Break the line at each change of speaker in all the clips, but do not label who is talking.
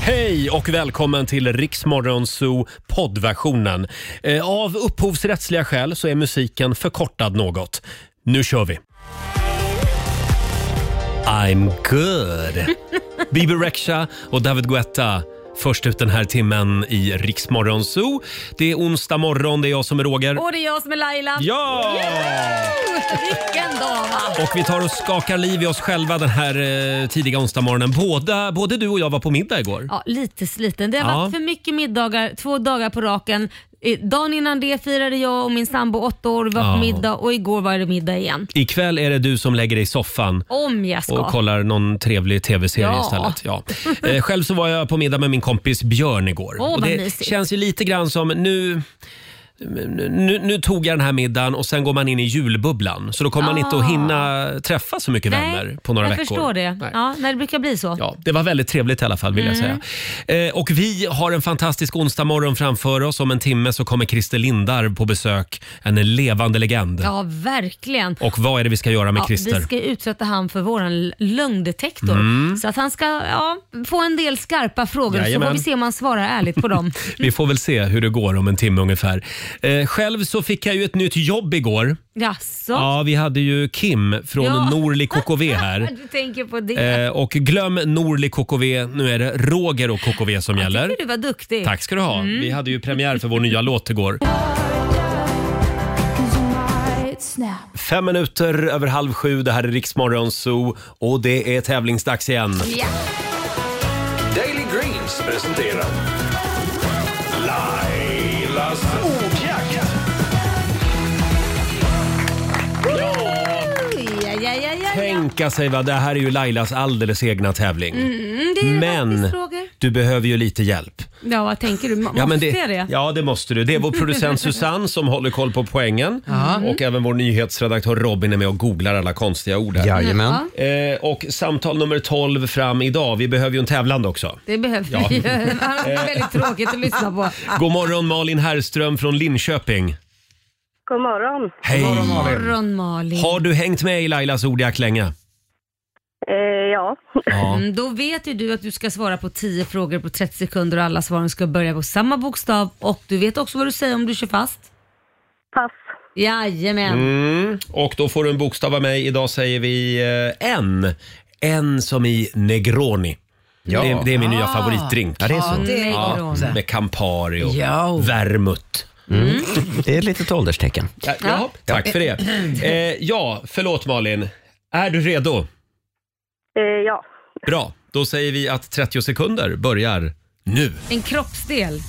Hej och välkommen till Riksmorgon Zoo poddversionen. Eh, Av upphovsrättsliga skäl så är musiken förkortad något. Nu kör vi! I'm good. Bibi Rexha och David Guetta. Först ut den här timmen i Riksmorgon Zoo. Det är onsdag morgon, det är jag som är Roger.
Och det är jag som är Laila.
Ja!
Vilken dag va?
Och vi tar och skakar liv i oss själva den här eh, tidiga onsdagmorgonen. Båda, både du och jag var på middag igår.
Ja, lite sliten. Det har
Ja.
varit för mycket middagar två dagar på raken. Eh, Dagen innan det firade jag och min sambo åtta år, vi var
Ja.
på middag och igår var det middag igen.
Ikväll är det du som lägger dig i soffan
Om jag
och
ska.
kollar någon trevlig tv-serie
Ja.
istället. Ja. Eh, Själv så var jag på middag med min kompis Björn igår.
Åh,
och
vad
det
mysigt.
känns ju lite grann som nu... Nu, nu tog jag den här middagen och sen går man in i julbubblan. Så då kommer man inte att hinna träffa så mycket vänner på några
Ah. jag
veckor.
förstår det.
Nej.
Ja, nej, det brukar bli så.
Ja, det var väldigt trevligt i alla fall vill
Mm.
jag säga. Eh, och vi har en fantastisk onsdag morgon framför oss. Om en timme så kommer Christer Lindarw på besök. En levande legend.
Ja, verkligen.
Och vad är det vi ska göra med
Ja, vi
Christer?
ska utsätta han för våran lögndetektor. Så att han ska ja, få en del skarpa frågor
Mm. Jajamän.
så får vi se om han svarar ärligt på dem.
Vi får väl se hur det går om en timme ungefär. Eh, själv så fick jag ju ett nytt jobb igår.
Jaså?
Ja, vi hade ju Kim från
Ja.
Norli KKV här.
Du tänker på det.
Eh, och glöm Norli KKV, nu är det Roger och KKV som
Jag
gäller.
tycker du var duktig.
Tack ska du ha.
Mm.
Vi hade ju premiär för vår nya låt igår. Fem minuter över halv sju, det här är Riksmorgon Zoo och det är tävlingsdags igen.
Ja.
Daily Greens presenterar Lailas ordjakt.
Ja, ja, ja, ja, ja.
Tänka sig vad, det här är ju Lailas alldeles egna tävling.
Mm, det är
Men
faktiskt frågor.
du behöver ju lite hjälp.
Ja, vad tänker du? Måste
men
jag det?
Ja, det måste du. Det är vår producent Susanne som håller koll på poängen. Mm. Och även vår nyhetsredaktör Robin är med och googlar alla konstiga ord. här.
Jajamän.
Eh, och samtal nummer 12 fram idag. Vi behöver ju en tävlande också.
Det behöver
Ja.
vi. Han är väldigt tråkigt att lyssna på.
God morgon Malin Herrström från Linköping.
God morgon.
Hej!
Morgon Malin.
Har du hängt med i Lailas ordjakt länge?
Eh, ja.
Ja.
Mm, Då vet ju du att du ska svara på 10 frågor på 30 sekunder och alla svaren ska börja på samma bokstav och du vet också vad du säger om du kör fast.
Pass.
Jajamän.
Mm. Och då får du en bokstav av mig. Idag säger vi eh, en. En som i Negroni.
Ja.
Det, det är min nya favoritdrink.
Ja, det är så.
det är
Ja,
Negroni.
med Campari och
Ja.
vermouth.
Det är ett litet ålderstecken.
Ja, ja, tack för det. Eh, ja, förlåt Malin. Är du redo?
Eh, ja.
Bra, då säger vi att 30 sekunder börjar nu.
En kroppsdel.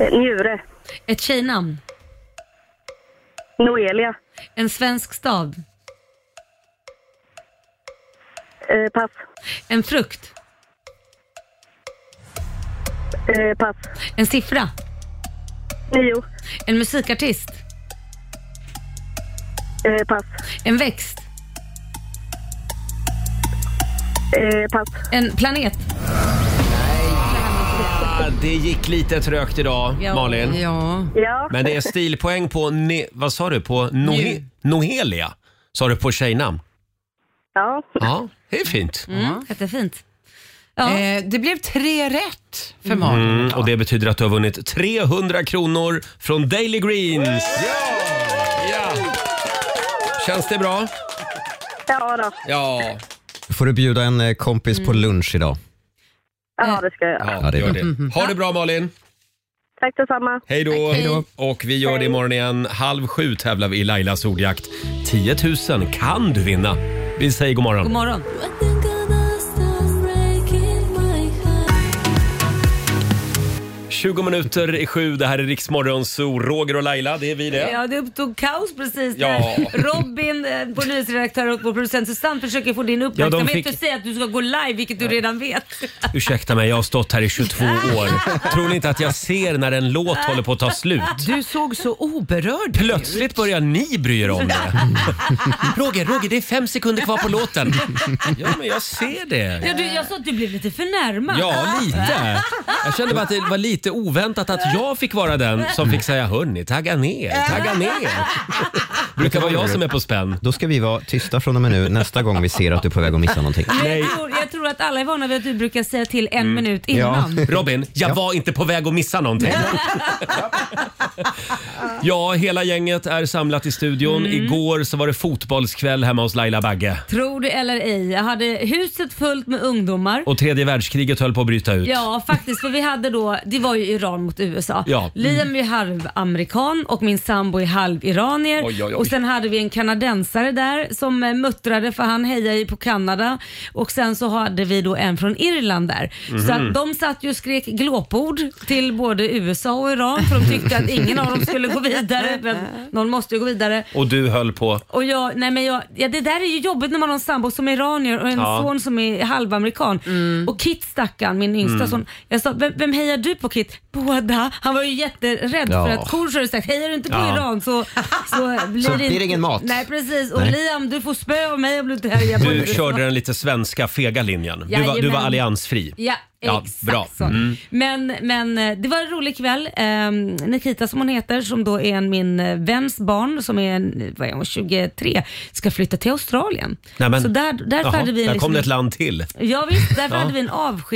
Eh, Njure.
Ett tjejnamn.
Noelia.
En svensk stad.
Eh, pass.
En frukt.
Eh, pass.
En siffra.
Nio.
En musikartist.
Eh, pass.
En växt.
Eh, pass.
En planet.
Ah, det gick lite trögt idag,
Ja.
Malin.
Ja,
Ja.
Men det är stilpoäng på, ne- vad sa du, på Nohe- Nohelia? Sa du på tjejnamn?
Ja.
Ja, det är fint.
Mm. Jättefint. Ja.
eh, det blev tre rätt för Malin.
Mm, och det betyder att du har vunnit 300 kronor från Daily Greens. Ja. Känns det bra?
Ja, då.
Ja.
Får du bjuda en eh, kompis
Mm.
på lunch idag?
Eh.
ja, det ska jag göra.
Ja,
Ja, det är
gör
bra.
det. Ha det bra Malin!
Tack detsamma.
Hej då!
Mhm. Hej då.
Och vi gör det imorgon igen. Halv sju tävlar vi i Lailas ordjakt. 10 000 kan du vinna! Vi säger god morgon.
God morgon.
Hej
20 minuter i sju, det här är Riksmorgon Zoo. Roger och Laila, det är vi det.
Ja, det uppstod kaos precis
Ja.
när Robin, eh, vår nyhetsredaktör och vår producent Susanne försöker få din uppmärksamhet
fick-
och säga att du ska gå live, vilket du redan vet.
Ursäkta mig, jag har stått här i 22 år. Tror ni inte att jag ser när en låt håller på att ta slut?
Du såg så oberörd ut.
Plötsligt börjar ni bry er om det. Roger, Roger, det är fem sekunder kvar på låten. Ja, men jag ser det.
Ja, du, jag sa att du blev lite förnärmad. Ah,
Ja, lite. Jag kände bara att det var lite oväntat att jag fick vara den som fick säga hörni, tagga ner, tagga ner. Brukar vara jag som är på spänn.
Ah.
Då ska vi vara tysta från och med nu nästa gång vi ser att du är på väg att missa någonting.
Men jag, tror, jag tror tror att alla är vana vid att du brukar säga till
Mm.
en minut
Ja.
innan.
Robin, jag var inte på väg att missa någonting. ja, hela gänget är samlat i studion.
Mm.
Igår så var det fotbollskväll hemma hos Laila Bagge.
Tror det eller ej, jag hade huset fullt med ungdomar.
Och tredje världskriget höll på att bryta ut.
Ja, faktiskt. För vi hade då, det var ju Iran mot USA.
Ja.
Liam är ju halvamerikan och min sambo är halviranier.
Oj, oj, oj.
Och sen hade vi en kanadensare där som eh, muttrade för han hejar ju på Kanada. Och sen så hade vi då en från Irland där. Så
Mhm.
att de satt ju och skrek glåpord till både USA och Iran för de tyckte att ingen av dem skulle gå vidare. Men någon måste ju gå vidare.
Och du höll på.
Och jag, nej men jag, ja, det där är ju jobbigt när man har en sambo som är iranier och en
Ja.
son som är halvamerikan.
Mm.
Och Kit stackarn, min yngsta son. Jag sa, vem, vem hejar du på Kit? Båda. Han var ju jätterädd
Ja.
för att Kors hade sagt, hejar du inte på
Ja.
Iran så, så, blir,
Så
det
blir det ingen mat.
Nej precis. Och
Nej.
Liam, du får spö av mig om du inte hejar på
Du
Iran.
körde den lite svenska fega linjen. Du var, du var
Mm. Jajamän.
alliansfri.
Ja,
Ja,
exakt
bra. Mm.
så. Men, men eh, det var en rolig kväll. Ehm, Nikita som hon heter, som då är en min eh, väns barn som är, en- vad är hon, 23, ska flytta till Australien.
Nej, men-
så där, därför
Jaha,
hade vi en
där kom
liksom-
det ett land till.
Ja, visst, därför
Ja.
hade vi en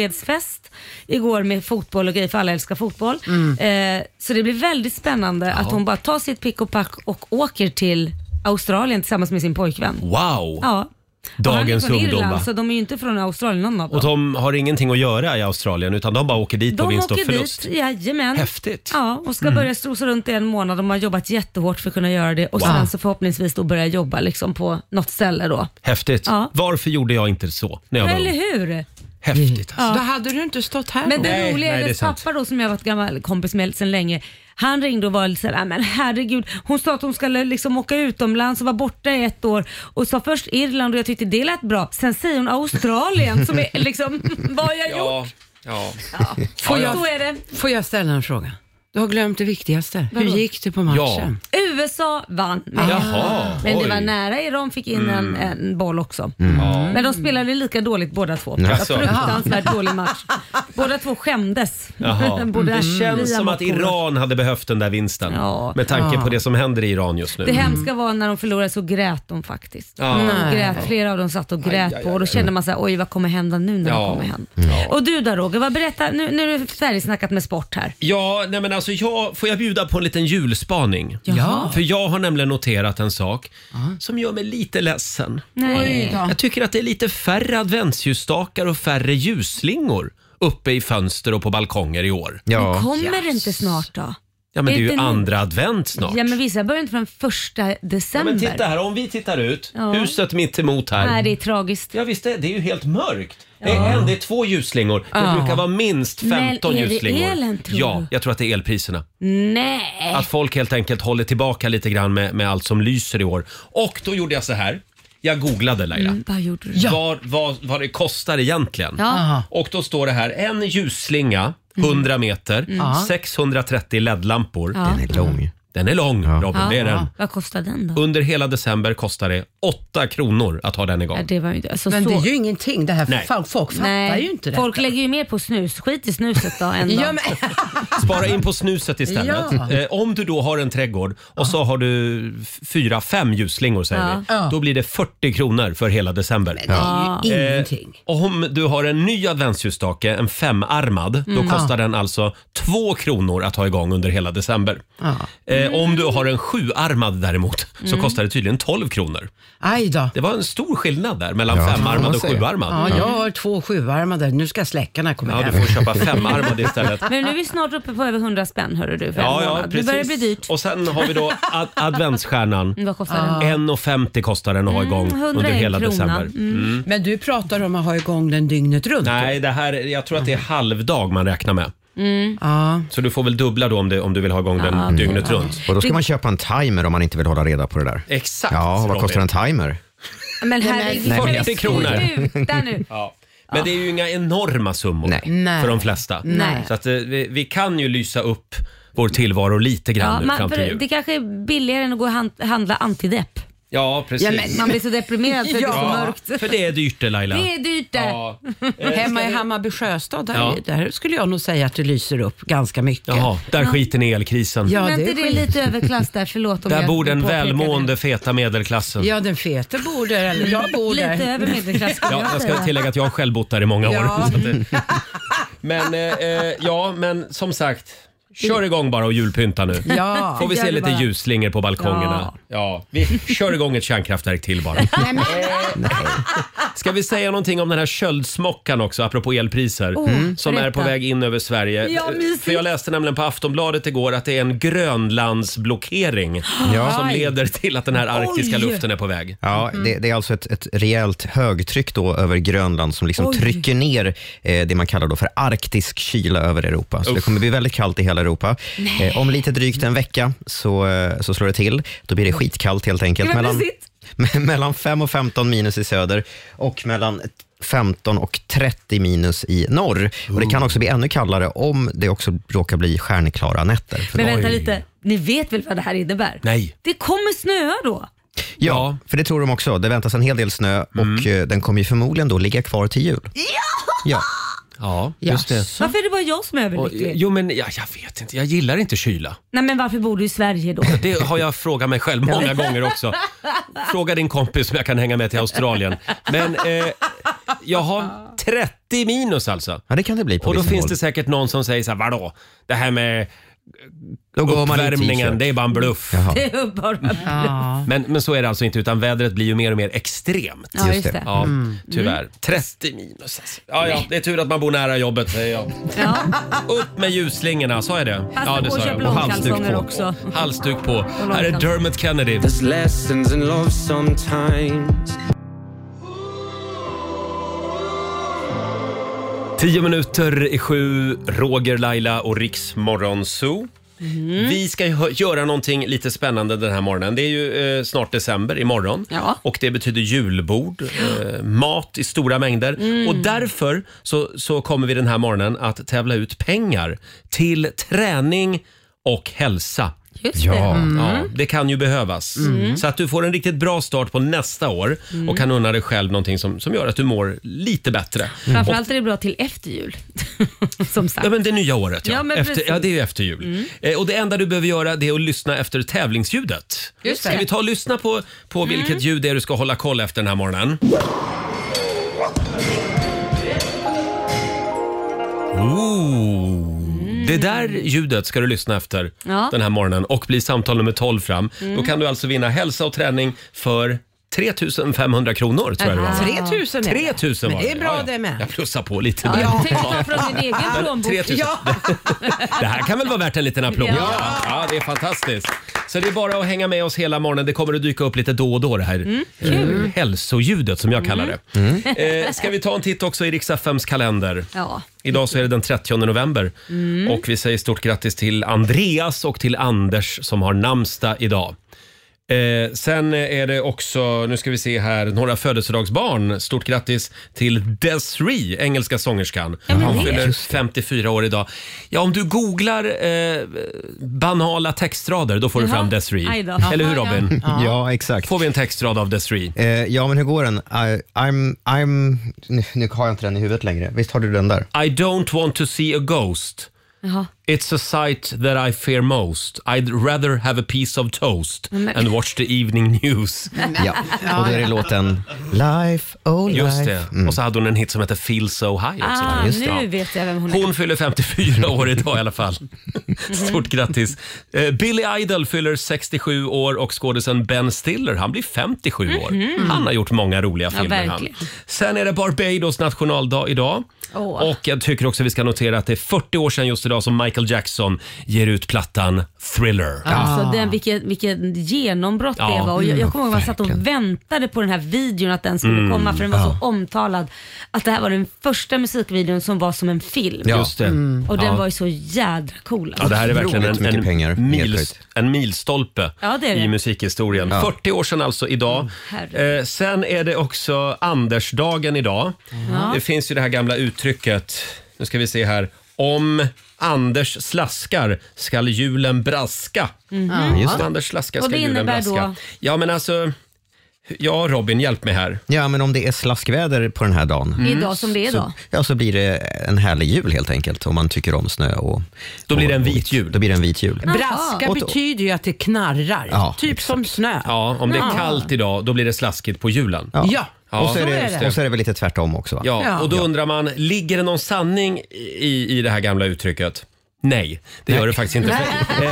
avskedsfest igår med fotboll och grejer för alla älskar fotboll.
Mm.
Eh, så det blir väldigt spännande att hon bara tar sitt pick och pack och åker till Australien tillsammans med sin pojkvän.
Wow!
Ja. Och han är
Dagens
från
ungdom
Irland,
va?
så de är ju inte från Australien någon av dem.
Och de har ingenting att göra i Australien utan de bara åker dit på
De
vinst och
åker
förlust.
dit, jajamän.
Häftigt. Mm.
Ja, och ska börja strosa runt i en månad. De har jobbat jättehårt för att kunna göra det och sen så förhoppningsvis då börja jobba liksom på något ställe då.
Häftigt.
Ja.
Varför gjorde jag inte så när jag var
Eller
ung?
hur?
Häftigt alltså.
Då hade du inte stått här
Men
då.
det
Nej,
roliga
nej,
är
det är
att
sant.
pappa då som jag har varit gammal kompis med sedan länge, han ringde och var lite såhär, "Ah, men herregud, hon sa att hon skulle liksom åka utomlands och var borta i ett år och sa först Irland och jag tyckte det lät bra. Sen säger hon Australien som är liksom, vad har jag gjort?
ja.
Får
ja.
Så är det.
Får jag ställa en fråga? Du har glömt det viktigaste. Hur gick det på matchen?
USA vann. Men,
Jaha,
men det
oj. Mm.
var nära. Iran fick in en, en boll också. Men de spelade lika dåligt båda två. Det var
Jaså.
Fruktansvärt dålig match. Båda två skämdes.
Jaha. Mm.
Både
Det känns
Liam
som
och
att
Koro.
Iran hade behövt den där vinsten.
Ja.
Med tanke
Ja.
på det som händer i Iran just nu.
Det hemska var när de förlorade så grät de faktiskt.
Ja.
De grät, flera av dem satt och grät på och då kände man så här, oj vad kommer hända nu när
Ja.
det kommer hända. Och du då Roger, vad berätta, nu, nu är du färdigsnackat med sport här.
Ja, nej men alltså jag, får jag bjuda på en liten julspaning?
Ja.
För jag har nämligen noterat en sak som gör mig lite ledsen.
Nej.
Jag tycker att det är lite färre adventsljusstakar och färre ljusslingor uppe i fönster och på balkonger i år.
Men
Ja.
kommer det inte snart då?
Ja, men det är ju
Inte nu.
andra advent snart.
Ja men vissa börjar inte förrän första
Ja,
december.
men titta här, om vi tittar ut,
Ja.
huset mitt emot här.
Nej det är tragiskt.
Ja visst, det, det är ju helt mörkt. Det är en, det är två ljusslingor. Det brukar vara minst 15
Men är det
ljusslingor.
elen, tror
Ja,
du?
jag tror att det är elpriserna.
Nej.
Att folk helt enkelt håller tillbaka lite grann med, med allt som lyser i år. Och då gjorde jag så här. Jag googlade Laila.
Vad gjorde du?
Vad, vad, vad det kostar egentligen.
Ja. Mm.
Och då står det här, en ljusslinga, 100 meter, 630 LED-lampor.
Ja.
Den är lång.
Den är lång Robin, det är den.
Vad kostar den då?
Under hela december kostar det 8 kronor att ha den igång.
Ja, det var ju inte... Alltså,
Men
så...
det är ju ingenting. Det här
Nej.
folk, folk fattar
Nej,
ju inte det.
folk lägger ju mer på snus. Skit i snuset då en dag.
ja, men,
Spara in på snuset istället.
Ja.
Eh, om du då har en trädgård och så har du f- fyra, fem ljusslingor säger
Ja.
vi. Då blir det 40 kronor för hela december.
det är ju
Eh,
ingenting.
om du har en ny adventsljusstake, en femarmad,
Mm.
då kostar den alltså två kronor att ha igång under hela december. Eh, om du har en sjuarmad däremot så
Mm.
kostar det tydligen 12 kronor.
Aj då.
Det var en stor skillnad där mellan
Ja, kan
femarmad
man
och
säga.
sjuarmad.
Ja, jag har två sjuarmade. Nu ska släckarna komma
Mm. Ja,
hem.
du får köpa femarmad istället.
Men nu är vi snart uppe på över 100 spänn hörru du. För
Ja,
en
ja,
månad.
precis.
Det börjar bli dyrt.
Och sen har vi då ad- adventsstjärnan.
Mm, Vad kostar den?
1,50 kostar den att ha igång
Mm, 101
under hela
krona. Mm.
december. Mm.
Men du pratar om att ha igång den dygnet runt.
Nej, det här, jag tror att det är halvdag man räknar med.
Mm.
Ja.
Så du får väl dubbla då om, det, om du vill ha igång den dygnet runt.
Och då ska man köpa en timer om man inte vill hålla reda på det där.
Exakt.
Ja, vad
Robin.
kostar en timer?
Men herregud.
Nej, men-
men
40 kronor.
Sluta nu.
Ja. Men det är ju inga enorma summor
Nej.
för de flesta.
Nej.
Så att, eh, vi, vi kan ju lysa upp vår tillvaro lite grann
Ja,
nu
man,
fram till
för
jul.
det kanske är billigare än att gå och hand, handla antidepp.
Ja, precis.
Ja, men-
Man blir så deprimerad för det är så
Ja.
mörkt.
För det är dyrt det Laila.
Det är dyrt det.
Ja.
Hemma i Hammarby sjöstad, där,
Ja.
där skulle jag nog säga att det lyser upp ganska mycket.
Jaha, där skiter ni i elkrisen.
Ja,
men
det
inte
är
det är
skit.
lite överklass där, förlåt om
Där
jag
bor den
påpekar
välmående feta medelklassen. Ja.
Ja, den fete bor där, eller jag
det.
bor där.
Lite över medelklass skulle
jag
jag
ska
säga.
tillägga att jag har själv bott där i många år.
Ja.
Så att
Mm.
det... Men, eh, eh, ja, men som sagt, kör igång bara och julpynta nu.
Ja.
Får vi
Gör
se
det
lite
bara.
ljusslingor på balkongerna. Ja.
Ja.
vi kör igång ett kärnkraftverk till bara.
Nej, men,
Ska vi säga någonting om den här köldsmockan också, apropå elpriser,
Oh, Mm.
som är på
berätta.
väg in över Sverige? Eh,
Ja, mysigt.
För jag läste nämligen på Aftonbladet igår att det är en Grönlandsblockering som
Aj.
leder till att den här arktiska
Oj.
luften är på väg.
Ja,
Mhm.
det, det är alltså ett, ett rejält högtryck då över Grönland som liksom
Oj.
trycker ner eh, det man kallar då för arktisk kyla över Europa. Så det kommer bli väldigt kallt i hela Europa. Eh, om lite drygt en vecka så, eh, så slår det till. Då blir det skitkallt helt enkelt.
Det var
Mellan,
mysigt.
mellan 5 och 15 minus i söder och mellan 15 och 30 minus i norr. Och Det kan också bli ännu kallare om det också råkar bli stjärnklara nätter. För
Men
då-
vänta lite, ni vet väl vad det här innebär?
Nej.
Det kommer snöa då.
Ja. Mm.
Ja, för det tror de också. Det väntas en hel del snö och eh, den kommer ju förmodligen då ligga kvar till jul. Ja!
Ja, just det.
Varför är det bara jag som är
Och,
överlycklig?
jo, men jag, jag vet inte. Jag gillar inte kyla.
Nej men varför bor du i Sverige då?
Det har jag frågat mig själv många gånger också. Fråga din kompis om jag kan hänga med till Australien. Men eh, jag har 30 minus alltså.
Ja, det kan det bli på
Och då
vissa
finns
håll.
det säkert någon som säger så här, vadå? Det här med
Då går man i
uppvärmningen,
t-shirt.
det är bara en bluff.
Jaha.
Det är bara...
ja.
Men, men så är det alltså inte, utan vädret blir ju mer och mer extremt.
Ja, just
det.
det.
Ja,
Mm.
tyvärr. 30 minus alltså. Ja, ja, det är tur att man bor nära jobbet säger jag.
Ja.
Upp med ljusslingorna, sa jag det?
Passa
ja, det
på att köpa långkalsonger också.
Halsduk på. Här är
långkalsonger.
Dermot Kennedy.
There's lessons in love sometimes.
Tio minuter i sju, Roger, Laila och Riks Morgonzoo.
Mhm.
Vi ska ju hö- göra någonting lite spännande den här morgonen. Det är ju eh, snart december, imorgon.
Ja.
Och det betyder julbord, eh, mat i stora mängder.
Mm.
Och därför så, så kommer vi den här morgonen att tävla ut pengar till träning och hälsa.
Just
Ja.
det. Mm.
Ja, det kan ju behövas. Så att du får en riktigt bra start på nästa år
Mm.
och kan unna dig själv någonting som, som gör att du mår lite bättre.
Framförallt är det bra till efter jul. Som sagt.
Ja, men det nya året. Ja,
Ja, men
efter,
precis.
ja det är ju efter jul.
Mm.
Eh, och det enda du behöver göra det är att lyssna efter tävlingsljudet.
Just
ska
det. Mm.
vi ta och lyssna på, på vilket ljud det är du ska hålla koll efter den här morgonen? Ooh. Det där ljudet ska du lyssna efter
Ja.
den här morgonen och bli samtal nummer 12 fram.
Mm.
Då kan du alltså vinna hälsa och träning för 3500 kronor tror jag det var.
3000 är
3000 var
Men det är bra
Ja, ja.
det med.
Jag plussar på lite där.
Ja, Tänk ta från din egen plånbok.
3000. Det här kan väl vara värt en liten applåd?
Ja.
ja, det är fantastiskt. Så det är bara att hänga med oss hela morgonen. Det kommer att dyka upp lite då och då det här
Mm,
eh, hälsoljudet som jag kallar det. Eh, ska vi ta en titt också i Riks-FMs kalender?
Mm. Ja. Mm.
Idag så är det den 30 november och vi säger stort grattis till Andreas och till Anders som har namnsdag idag. Eh, sen är det också, nu ska vi se här, några födelsedagsbarn. Stort grattis till Desiree, engelska sångerskan. Hon fyller 54 år idag. Ja, om du googlar eh, banala textrader, då får du
Jaha.
fram
Aj
Desiree.
då.
Eller hur
Ja, ja.
Robin?
Mm, Ja, exakt.
Får vi en textrad av Desiree?
Eh, ja, men hur går den? I, I'm, I'm... Nu, nu har jag inte den i huvudet längre. Visst har du den där?
I don't want to see a ghost.
Jaha.
It's a sight that I fear most. I'd rather have a piece of toast and watch the evening news.
Ja. Och då är det låten Life, oh life.
Just det.
Mm.
Och så hade hon en hit som hette Feel So High också.
Ah,
just det.
nu vet jag vem hon är.
Hon fyller 54 år idag i alla fall. Stort grattis. Eh, Billy Idol fyller 67 år och skådisen Ben Stiller, han blir 57 år. Han har gjort många roliga filmer. han.
Mhm. verkligen.
Sen är det Barbados nationaldag idag.
Åh.
Och jag tycker också vi ska notera att det är 40 år sedan just idag som Michael Jackson ger ut plattan Thriller.
Alltså den, vilket, vilket genombrott
Ja,
det var. Och jag, jag kommer ihåg att man satt och
verkligen.
väntade på den här videon att den skulle komma för den var så omtalad. Att det här var den första musikvideon som var som en film.
Just det.
Och den
Ja.
var ju så jädra cool. alltså.
Ja, det här är verkligen
Otroligt
en,
mycket
en,
pengar
mil,
nedplöjt.
en milstolpe
Ja, det är det.
i musikhistorien. 40 år sedan alltså idag.
herregud.
eh, sen är det också Andersdagen idag.
Mm.
Det finns ju det här gamla uttrycket, nu ska vi se här. Om Anders slaskar skall julen braska. Om Anders slaskar
Och
skall
det
julen
Mhm. innebär
braska.
då?
Ja men alltså, Ja, Robin, hjälp mig här.
Ja, men om det är slaskväder på den här dagen
Mm.
Idag som det är idag.
så, ja, så blir det en härlig jul helt enkelt om man tycker om snö. Och,
Då blir det en
och- och-
vit jul.
Då blir det en vit jul.
Braska
Jaha.
betyder ju att det knarrar,
Ja,
typ
exakt.
som snö.
Ja, om det är kallt idag, då blir det slaskigt på julen.
Ja.
Ja.
Ja,
och, så är
så
det,
är det.
och så är det väl lite tvärtom också va?
Ja,
Ja.
och då undrar man, ligger det någon sanning i, i det här gamla uttrycket? Nej, det gör det faktiskt inte.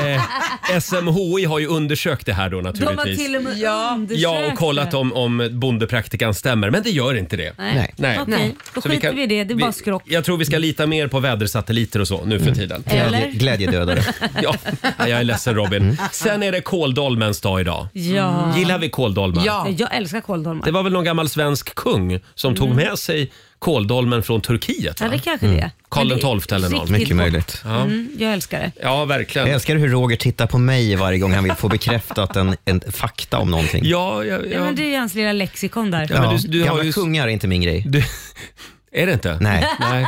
Eh, SMHI har ju undersökt det här då
De har
naturligtvis.
till och med
Ja.
undersökt
Ja,
det.
och kollat om, om bondepraktikan stämmer, men det gör inte det.
Nej.
Nej.
Nej. Okej, då
Så
skiter vi,
kan-
i det. Det är
vi-
bara skrock.
Jag tror vi ska lita mer på vädersatelliter och så nu
Mm.
för tiden.
Glädje,
Eller?
glädjedödare. Alltså,
Ja, jag är ledsen Robin.
Mm.
Sen är det kåldolmens dag idag.
Ja.
Gillar vi kåldolmar?
Ja.
Jag älskar kåldolmar.
Mm. Det var väl någon gammal svensk kung som
Mm.
tog med sig kåldolmen från Turkiet?
Ja,
Va?
det kanske det är.
Mm. Karl
Men det är
XII eller någon.
riktigt
Mycket
gott.
möjligt.
Mm, jag älskar det.
Ja,
Jag
verkligen.
älskar hur Roger tittar på mig varje gång han vill få bekräftat en, en fakta om någonting.
Ja, ja,
Ja.
ja.
men det är ju hans lilla lexikon där.
Ja. men du- du har
Gamla
ju-
kungar är inte min grej.
Du, är det inte?
Nej.
Nej.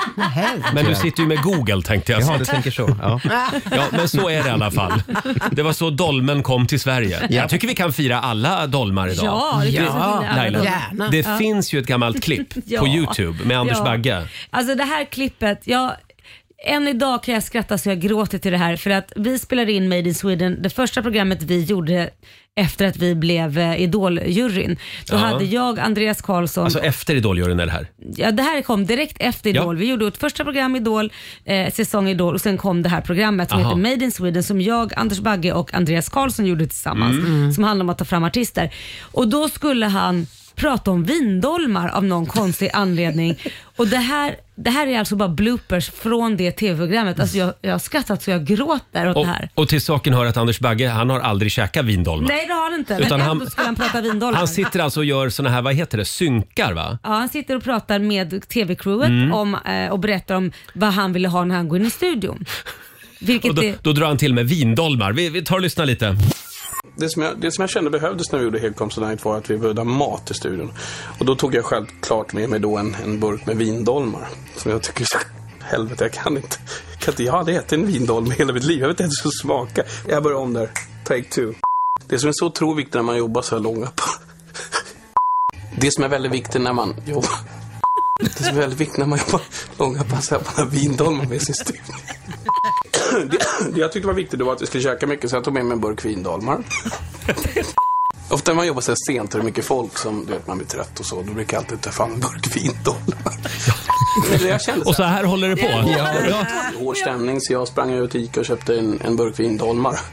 Men du sitter ju med Google tänkte jag.
Jaha, du
säga.
tänker så. Ja.
Ja, men så är det i alla fall. Det var så dolmen kom till Sverige. Jag tycker vi kan fira alla dolmar idag.
Ja, det finns
Ja,
en till-
Laila,
Gärna.
det finns ju ett gammalt klipp
Ja.
på Youtube med Anders
Ja.
Bagge.
Alltså det här klippet, jag, än idag kan jag skratta så jag gråter till det här för att vi spelade in Made in Sweden, det första programmet vi gjorde efter att vi blev eh, Idol-juryn. Då
Ja.
hade jag, Andreas Karlsson,
Alltså efter Idoljuryn är det här.
ja, det här kom direkt efter
Ja.
Idol. Vi gjorde vårt första program Idol, eh, säsong Idol och sen kom det här programmet som
Aha.
heter Made in Sweden som jag, Anders Bagge och Andreas Karlsson gjorde tillsammans
Mm.
som handlar om att ta fram artister. Och då skulle han prata om vindolmar av någon konstig anledning. Och det här, det här är alltså bara bloopers från det tv-programmet. Alltså jag, jag har skrattat så jag gråter åt
Och,
det här.
och till saken hör att Anders Bagge, han har aldrig käkat vindolmar.
Nej det har han inte, men
Utan
Utan
han-
ändå skulle han prata vindolmar.
Han sitter alltså och gör såna här, vad heter det, synkar va?
Ja, han sitter och pratar med TV-crewet
Mm.
om, eh, och berättar om vad han ville ha när han går in i studion. Vilket
Och då,
är...
då drar han till med vindolmar. Vi, vi tar och lyssnar lite.
Det som, jag, det som jag kände behövdes när vi gjorde Helcom Tonight var att vi behövde ha mat i studion. Och då tog jag självklart med mig då en, en burk med vindolmar. Som jag tycker, så, helvete jag kan inte. Jag, kan inte, jag har aldrig ätit en vindolm i hela mitt liv. Jag vet inte ens hur det ska smaka. Jag börjar om där. Take two. Det som är så otroligt viktigt när man jobbar så här långa på. Det som är väldigt viktigt när man jobbar. Det som är väldigt viktigt när man jobbar långa pass är att man har vindolmar med sig i studion. Det, det jag tyckte var viktigt då var att vi skulle käka mycket så jag tog med mig en burk vindolmar. Ofta när man jobbar så här sent och det är mycket folk som du vet, man blir trött och så. Då brukar jag alltid ta fram en burk vindolmar. Men det jag kände
Och
så
så här håller det på. Ja.
här, hård stämning så jag sprang ut till Ica och köpte en, en burk vindolmar.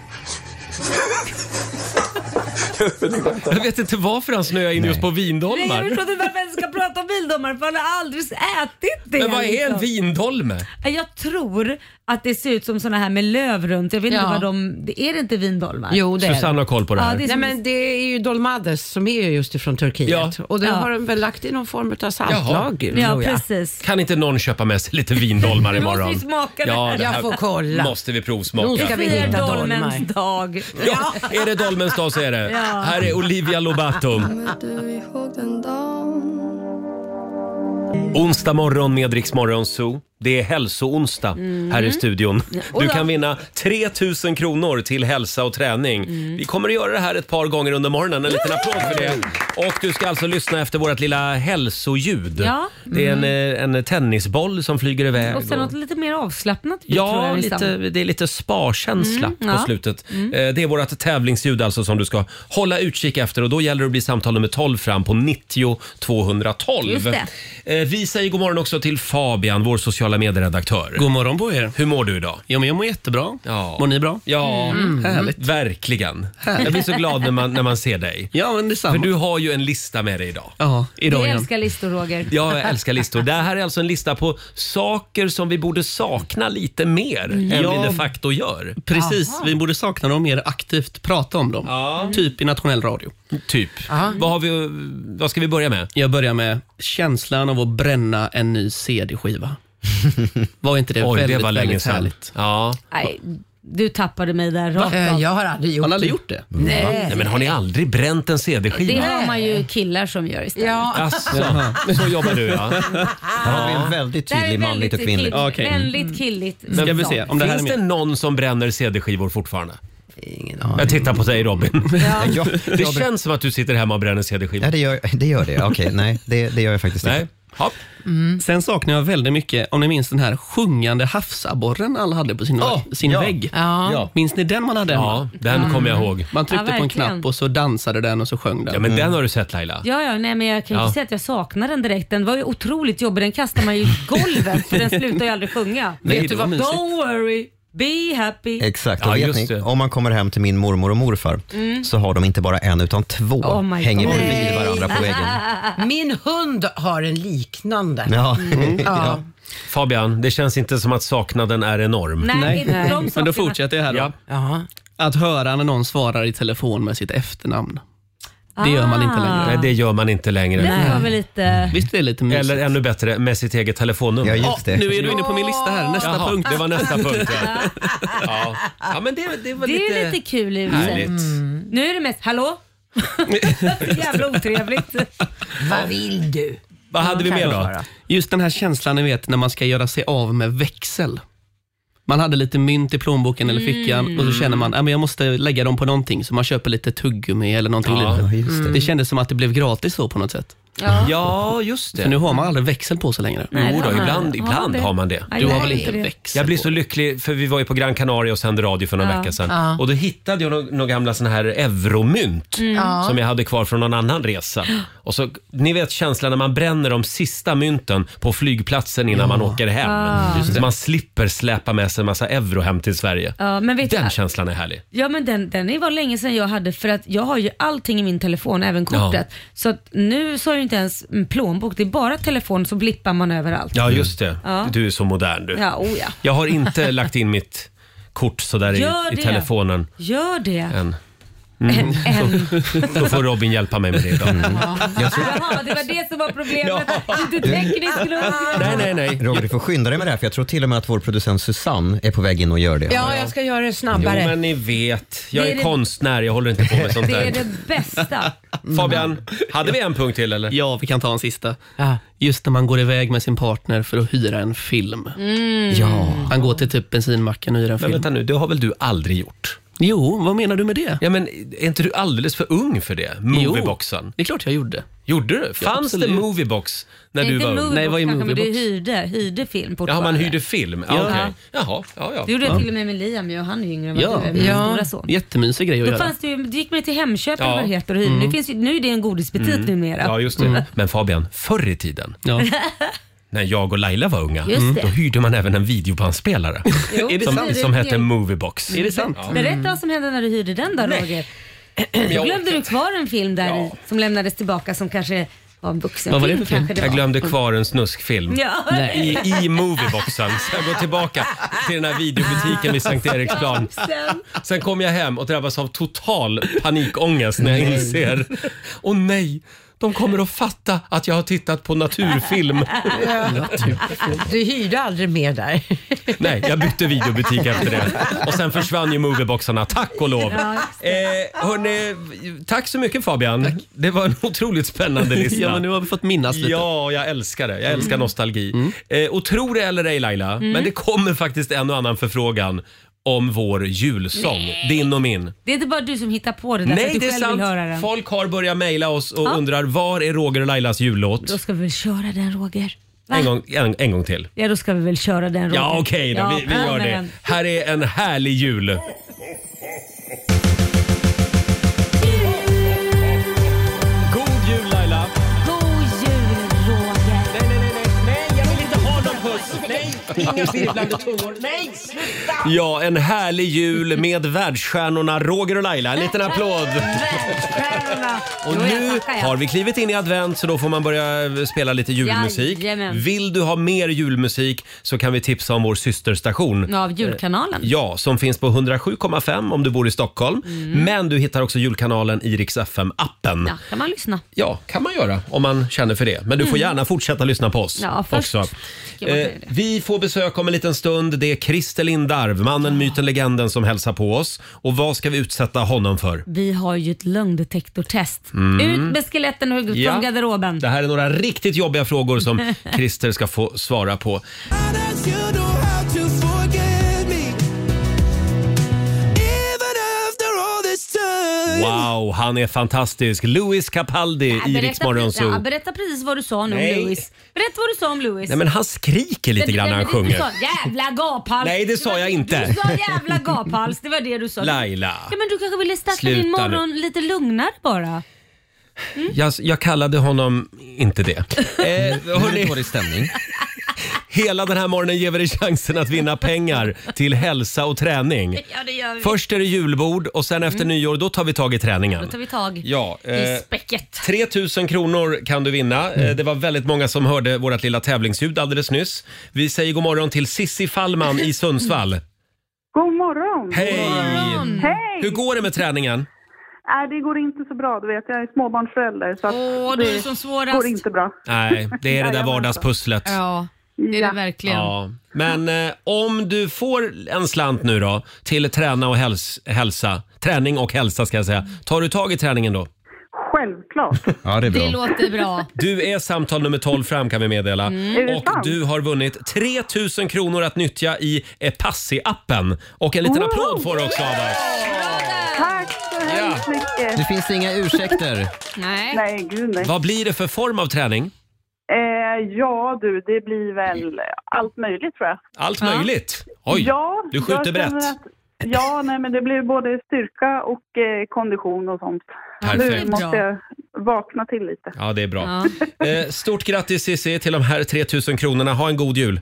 Jag vet inte varför han snöar in just på
Nej, jag
vindolmar.
förstår inte varför jag ska prata om bildomar för han har aldrig ätit det.
Men vad är en
liksom.
vindolme?
Jag tror att det ser ut som såna här med löv runt. Jag vet
Ja.
inte vad de... det- Är det inte vindolmar?
Jo, det är det.
Susanne har koll på det
Ja,
här.
det är
Nej,
som,
men det är ju dolmades som är ju just ifrån Turkiet.
Ja.
Och det
Ja.
har de väl lagt i någon form av saltlag.
ja,
tror jag.
precis.
Kan inte någon köpa med sig lite vindolmar
Nu
imorgon?
måste vi smaka det
ja,
här.
det här
Jag får kolla.
Måste vi provsmaka.
Nu ska vi
Det är
hitta
dolmens
dolmar.
dag.
Ja, är det dolmens dag så är det.
Ja.
Här är Olivia Lobato. Onsdag morgon med Rix Morgon Zoo. Det är hälsoonsdag
Mm.
här i studion. Du
Oja.
kan vinna 3 000 kronor till hälsa och träning.
Mm.
Vi kommer att göra det här ett par gånger under morgonen. En liten applåd för det. Och du ska alltså lyssna efter vårt lilla hälsoljud.
Ja. Mm.
Det är en, eh, en tennisboll som flyger iväg.
Och sen
och-
något lite mer avslappnat. tror
Ja,
jag, liksom.
lite,
nästan.
det är lite spa-känsla på
ja.
slutet. Eh, Det är vårt tävlingsljud alltså som du ska hålla utkik efter och då gäller det att bli samtal nummer 12 fram på 90 212.
Just
Eh, Vi säger god morgon också till Fabian, vår sociala medieredaktör. God morgon på er. Hur mår du idag?
Ja, men jag mår jättebra.
Ja.
Mår ni bra? Mm.
Ja, härligt. Verkligen. Jag blir så glad när man, när man ser dig.
Ja, men
För
detsamma.
du har ju en lista med dig idag.
Ja, idag
Vi
igen.
älskar listor Roger.
Ja, jag älskar listor. Det här är alltså en lista på saker som vi borde sakna lite mer än
Ja.
vi de facto gör.
Precis, vi borde sakna dem mer aktivt, prata om dem. Typ i nationell radio.
Typ. Vad, har vi, vad ska vi börja med?
Jag börjar med känslan av att bränna en ny CD-skiva. Var inte det väldigt, väldigt härligt?
Ja.
Nej, du tappade mig där rakt
Eh,
av.
Jag har aldrig gjort
Har ni
det.
aldrig gjort det?
Nej, men har ni aldrig bränt en
Det
CD-skiva?
har man ju killar som gör istället.
Ja,
Alltså, så jobbar du ja.
Han är en väldigt
Det här är
tydlig manligt och kvinnligt. Mm.
kill-
Okej.
Väldigt killigt.
Ska vi se om det här är
Finns det
med.
någon som bränner CD-skivor fortfarande? Ingen jag tittar på dig Robin.
Ja. Ja,
Det
Robin.
känns som att du sitter hemma och bränner CD-skivor.
Ja, det gör det. Gör det? Okej, nej, det, det gör jag faktiskt
Nej.
inte.
Sen saknar jag väldigt mycket, om ni minns den här sjungande havsabborren alla hade på sin, sin
ja.
vägg.
Ja. Ja.
Minns ni den man hade hemma?
Ja, den kommer jag ihåg.
Man tryckte
Ja,
på en
verkligen.
knapp och så dansade den och så sjöng den.
Ja, men den har du sett Laila.
Ja, ja, nej, men jag kan ju
Ja.
inte säga att jag saknar den direkt. Den var ju otroligt jobbig. Den kastade man ju i golvet för den slutar ju aldrig sjunga. Vet
Nej,
du
det var
vad?
mysigt.
Don't worry, be happy.
Exakt, och vet ni, om man kommer hem till min mormor och morfar
Mm.
så har de inte bara en utan två
Oh my
hänger
God.
bredvid varandra på väggen.
Min hund har en liknande.
Ja.
Mm.
Ja. Fabian, det känns inte som att saknaden är enorm.
Nej, Nej. inte de
Men
sakerna.
då fortsätter jag här då. Att höra när någon svarar i telefon med sitt efternamn. Det gör man inte längre.
Ah. Nej, det
gör man inte längre.
Det var väl lite...
Visst är det lite mysigt?
Eller ännu bättre, med sitt eget telefonnummer.
Ja, just det. Ja, nu är du inne på min lista här. Nästa
Jaha,
punkt.
Det var nästa punkt. Ja. Ja. Ja, men det, det var
Det är ju
lite-
lite kul i och för sig.
Härligt.
Mm. Nu är det mest, hallå? Jävla otrevligt.
Vad vill du?
Vad
Mm,
hade vi mer då?
Just den här känslan ni vet när man ska göra sig av med växel. Man hade lite mynt i plånboken eller fickan
Mm.
och så känner man att jag måste lägga dem på någonting så man köper lite tuggummi eller någonting
Ja,
litet.
just det.
det. kändes som att det blev gratis då på något sätt.
Ja. Ja, just det.
För nu har man aldrig växel på sig längre.
Nej, Jo då, har man- ibland- har man ibland det? har man det.
Du har
Nej,
väl inte
det-
växel?
Jag blir så lycklig, för vi var ju på Gran Canaria och sände radio för några
Ja.
veckor sedan.
Ja.
Och då hittade jag några, några gamla såna här euromynt
Mm. Ja.
som jag hade kvar från någon annan resa. Och så, ni vet känslan när man bränner de sista mynten på flygplatsen innan man åker hem. Mm.
Ah. Just
Så
det.
man slipper släpa med sig en massa euro hem till Sverige.
Ja, men vet du-
Den känslan är härlig.
Ja men den, den är- var länge sedan jag hade för att jag har ju allting i min telefon, även kortet. Så att nu så har jag ju inte ens en plånbok, det är bara telefon så blippar man överallt.
Ja, just det.
Ja.
Du är så modern du.
Ja, oh ja.
Jag har inte lagt in mitt kort sådär i,
Gör
i
det.
telefonen
Gör det.
än. Mm.
Än.
Då får Robin hjälpa mig med det idag.
Mm.
Jag tror-
Jaha, det var det som var problemet. Inte tekniskt glömde.
Roger, du får skynda dig med det här för jag tror till och med att vår producent Susanne är på väg in och gör det.
Ja, jag ska göra det snabbare.
Jo, men ni vet. Jag
Det
är,
är det-
konstnär, jag håller inte på med sånt
Det
där.
är det-
Bästa.
Fabian, hade vi en punkt till eller?
Ja, vi kan ta en sista. Just när man går iväg med sin partner för att hyra en film.
Mm.
Man går till typ bensinmacken och hyr en
Men
film.
vänta nu, det har väl du aldrig gjort?
Jo, vad menar du med det?
Ja, men är inte du alldeles för ung för det? Movieboxen?
det är klart jag gjorde.
Gjorde du? Fanns det
absolut.
Moviebox när
Nej,
du
inte
var ung?
moviebox kanske, men du hyrde, hyrde film
Ja,
fortfarande.
man hyrde film. Ja,
Ja.
okej. Jaha, ja, ja.
Det gjorde jag
Ja.
till och med med Liam ju, och han är yngre än vad
Ja,
du är, min Mm. stora son.
jättemysig grej att
Då
göra.
fanns det ju, det gick man ju till Hemköp eller
Ja.
vad det heter och hyrde. Nu,
Mm.
finns ju, nu är det en godisbutik
Mm.
numera.
Ja, just det.
Mm.
Men Fabian, förr i tiden, när jag och Laila var unga, mm,
Just det.
då hyrde man även en videobandspelare.
Jo, Är det
som,
sant?
som hette
Mm.
Moviebox.
Är det sant?
Ja.
Berätta vad som hände när du hyrde den då Roger. Då
Jag
glömde du kvar en film där i, som lämnades tillbaka som kanske var en vuxenfilm.
Vad var det för film?
kanske
Jag
var.
glömde kvar en snuskfilm
Ja.
i,
Nej.
i movieboxen. Så jag går tillbaka till den här videobutiken vid Sankt Eriksplan.
Sen.
Sen kommer jag hem och drabbas av total panikångest när jag inser, åh nej, de kommer att fatta att jag har tittat på naturfilm.
Du hyrde aldrig mer där.
Nej, jag bytte videobutik efter det. Och sen försvann ju movieboxarna, tack och lov. Eh, hörni, tack så mycket Fabian. Det var en otroligt spännande lista.
Ja, men nu har vi fått minnas lite.
Ja, jag älskar det. Jag älskar
Mm.
nostalgi. Eh, och tro det eller ej Laila,
Mm.
men det kommer faktiskt en och annan förfrågan om vår julsång.
Nej.
Din och min.
Det är inte bara du som hittar på det där för
Nej,
att du
det är
själv vill höra den.
sant. Folk har börjat mejla oss och
Ja.
undrar var är Roger och Lailas jullåt?
Då ska vi väl köra den Roger? Va?
En gång, en, en gång till.
Ja, då ska vi väl köra den Roger.
Ja, okej då.
Ja,
vi, vi
fram
gör
med
det.
den.
Här är en härlig jul. God jul Laila!
God jul Roger!
Nej, nej, nej, nej, nej, jag vill inte ha någon puss! Nej,
inga virvlande
tungor.
Nej, sluta!
Ja, en härlig jul med världsstjärnorna Roger och Laila. En liten applåd! Och nu har vi klivit in i advent så då får man börja spela lite julmusik.
Jajamän.
Vill du ha mer julmusik så kan vi tipsa om vår systerstation.
Av julkanalen.
Eh, Ja, som finns på 107,5 om du bor i Stockholm.
Mm.
Men du hittar också julkanalen i Rix FM-appen.
Ja, kan man lyssna.
Ja, kan man göra om man känner för det. Men du får
Mm.
gärna fortsätta lyssna på oss
Ja, först
också.
tycker jag man
Eh,
kan göra
vi får besök om en liten stund. Det är Christer Lindarw, mannen, myten, legenden som hälsar på oss. Och vad ska vi utsätta honom för?
Vi har ju ett lögndetektortest.
Mm.
Ut med skeletten och från
Ja.
garderoben.
Det här är några riktigt jobbiga frågor som Christer ska få svara på. Wow, han är fantastisk. Louis Capaldi
Ja,
i Rix
berätta,
Morgon
precis,
Zoo.
ja, berätta precis vad du sa nu om
Nej.
Louis. Berätta vad du sa om Louis.
Nej men han skriker lite
Det-
grann
det-
när han
det- det-
sjunger.
Du sa jävla gaphals.
Nej, det sa
var-
jag inte.
Du sa jävla gaphals, det var det du sa.
Laila.
Ja, men du kanske ville starta din
Sluta nu.
morgon lite lugnare bara. Mm.
Jag, jag kallade honom inte det. Eh, hörni, dålig stämning. Hela den här morgonen ger vi dig chansen att vinna pengar till hälsa och träning.
Ja, det gör vi.
Först är det julbord och sen efter
Mm.
nyår då tar vi tag i träningen.
Då tar vi tag
Ja, eh,
i späcket.
3 000 kronor kan du vinna. Eh, Det var väldigt många som hörde vårt lilla tävlingsljud alldeles nyss. Vi säger god morgon till Sissi Fallman i Sundsvall.
God morgon!
Hej!
Hej!
Hur går det med träningen?
Nej, det går inte så bra, du vet. Jag är småbarnsförälder. Så Åh,
du är som svårast.
går inte bra.
Nej, det är det där vardagspusslet.
Ja, det är det verkligen.
Ja. Men eh, om du får en slant nu då till träna och häls- hälsa, träning och hälsa ska jag säga. Tar du tag i träningen då?
Självklart.
Ja, det
Det låter bra.
Du är samtal nummer 12 fram kan vi meddela.
Mm. Är det
Och
sant?
du har vunnit 3 000 kronor att nyttja i Passi-appen. Och en liten applåd får du också av oss.
Tack så hemskt mycket.
Det finns inga ursäkter.
nej.
Nej, gud nej.
Vad blir det för form av träning?
Eh, ja du, det blir väl allt möjligt tror jag.
Allt möjligt. Oj,
ja,
du skjuter
jag känner
brett.
Att, ja, nej men det blir både styrka och eh, kondition och sånt.
Perfekt.
Nu måste jag vakna till lite.
Ja, det är bra. Eh, stort grattis Cissi till de här 3 000 kronorna. Ha en god jul.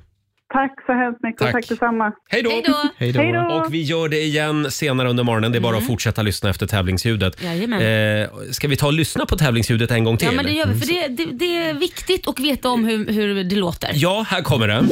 Tack så hemskt mycket
Tack.
och tack detsamma.
Hej då!
Hej då!
Och vi gör det igen senare under morgonen. Det är bara att fortsätta lyssna efter tävlingsljudet.
Mm. Jajamän.
Eh, ska vi ta och lyssna på tävlingsljudet en gång till?
Ja, men det gör vi. För det, det, det är viktigt att veta om hur, hur det låter.
Ja, här kommer den.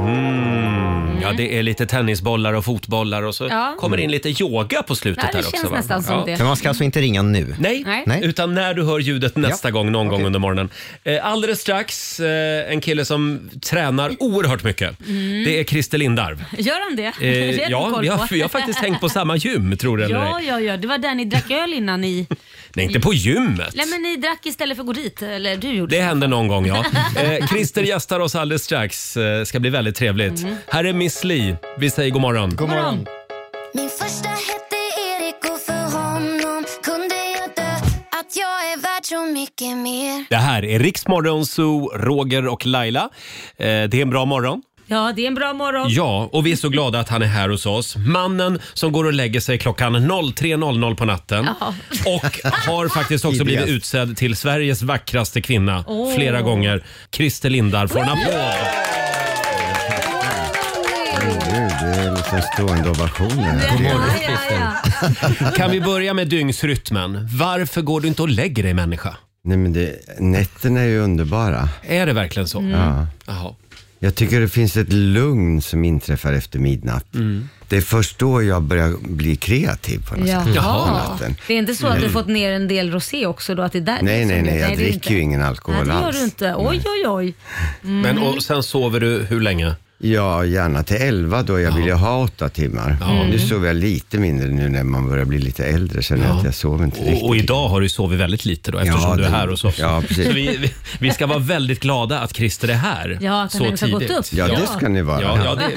Mm. Ja, det är lite tennisbollar och fotbollar och så
Ja.
kommer det in lite yoga på slutet
Ja, det
här också.
känns nästan som det.
Men man ska alltså inte ringa nu?
Nej,
Nej.
utan när du hör ljudet nästa gång, någon gång under morgonen. Eh, alldeles strax, eh, en kille som tränar oerhört mycket.
Mm.
Det är Christer Lindarw.
Gör han det?
Eh,
Det hade du
ja,
koll
vi har,
på.
vi har faktiskt hängt på samma gym, tror du eller
Ja,
ej.
ja, ja. Det var där ni drack öl innan ni...
Nej, inte på gymmet.
Nej, men ni drack istället för att gå dit. Eller du gjorde
Det hände någon gång, ja. Eh, Christer gästar oss alldeles strax. Eh, ska bli väldigt trevligt.
Mm.
Här är Miss Li. Vi säger god morgon.
God Min första hette Erik och för honom kunde jag dö Att jag är värd så mycket mer
Det här är Riksmorgon Zoo, Roger och Laila. Eh, det är en bra morgon.
Ja, det är en bra morgon.
Ja, och vi är så glada att han är här hos oss. Mannen som går och lägger sig klockan 03.00 på natten
Ja.
och har faktiskt också blivit utsedd till Sveriges vackraste kvinna
Åh.
flera gånger. Christer Lindar får en applåd.
Gud, det är en liten stående ovation.
God morgon, Kan vi börja med dygnsrytmen? Varför går du inte och lägger dig människa?
Nej, men det, nätterna är ju underbara.
Är det verkligen så?
Mm. Ja.
Jaha.
Jag tycker det finns ett lugn som inträffar efter midnatt. Det är först då jag börjar bli kreativ på något
Jaha.
sätt. På natten.
Det är inte så att du
Mm.
fått ner en del rosé också då? Att det är där
Nej,
det är
nej,
så-
nej, jag
det är
dricker ju
inte.
ingen alkohol
Nej, det gör
alls.
du inte. Oj, oj, oj. Mm.
Men och sen sover du hur länge?
Ja, gärna till elva då. Jag vill ju ha åtta timmar.
Mm.
Ja.
Nu sover jag lite mindre nu när man börjar bli lite äldre. Känner jag att jag sover inte riktigt.
Och, och idag har du sovit väldigt lite då eftersom
Ja,
du är
det-
här hos oss.
ja, precis.
Så vi, vi, vi ska vara väldigt glada att Christer är här
Ja, att han
så
ens har gått
tidigt.
upp. Ja, det Ja. ska
ni vara.
Ja, ja, det, det,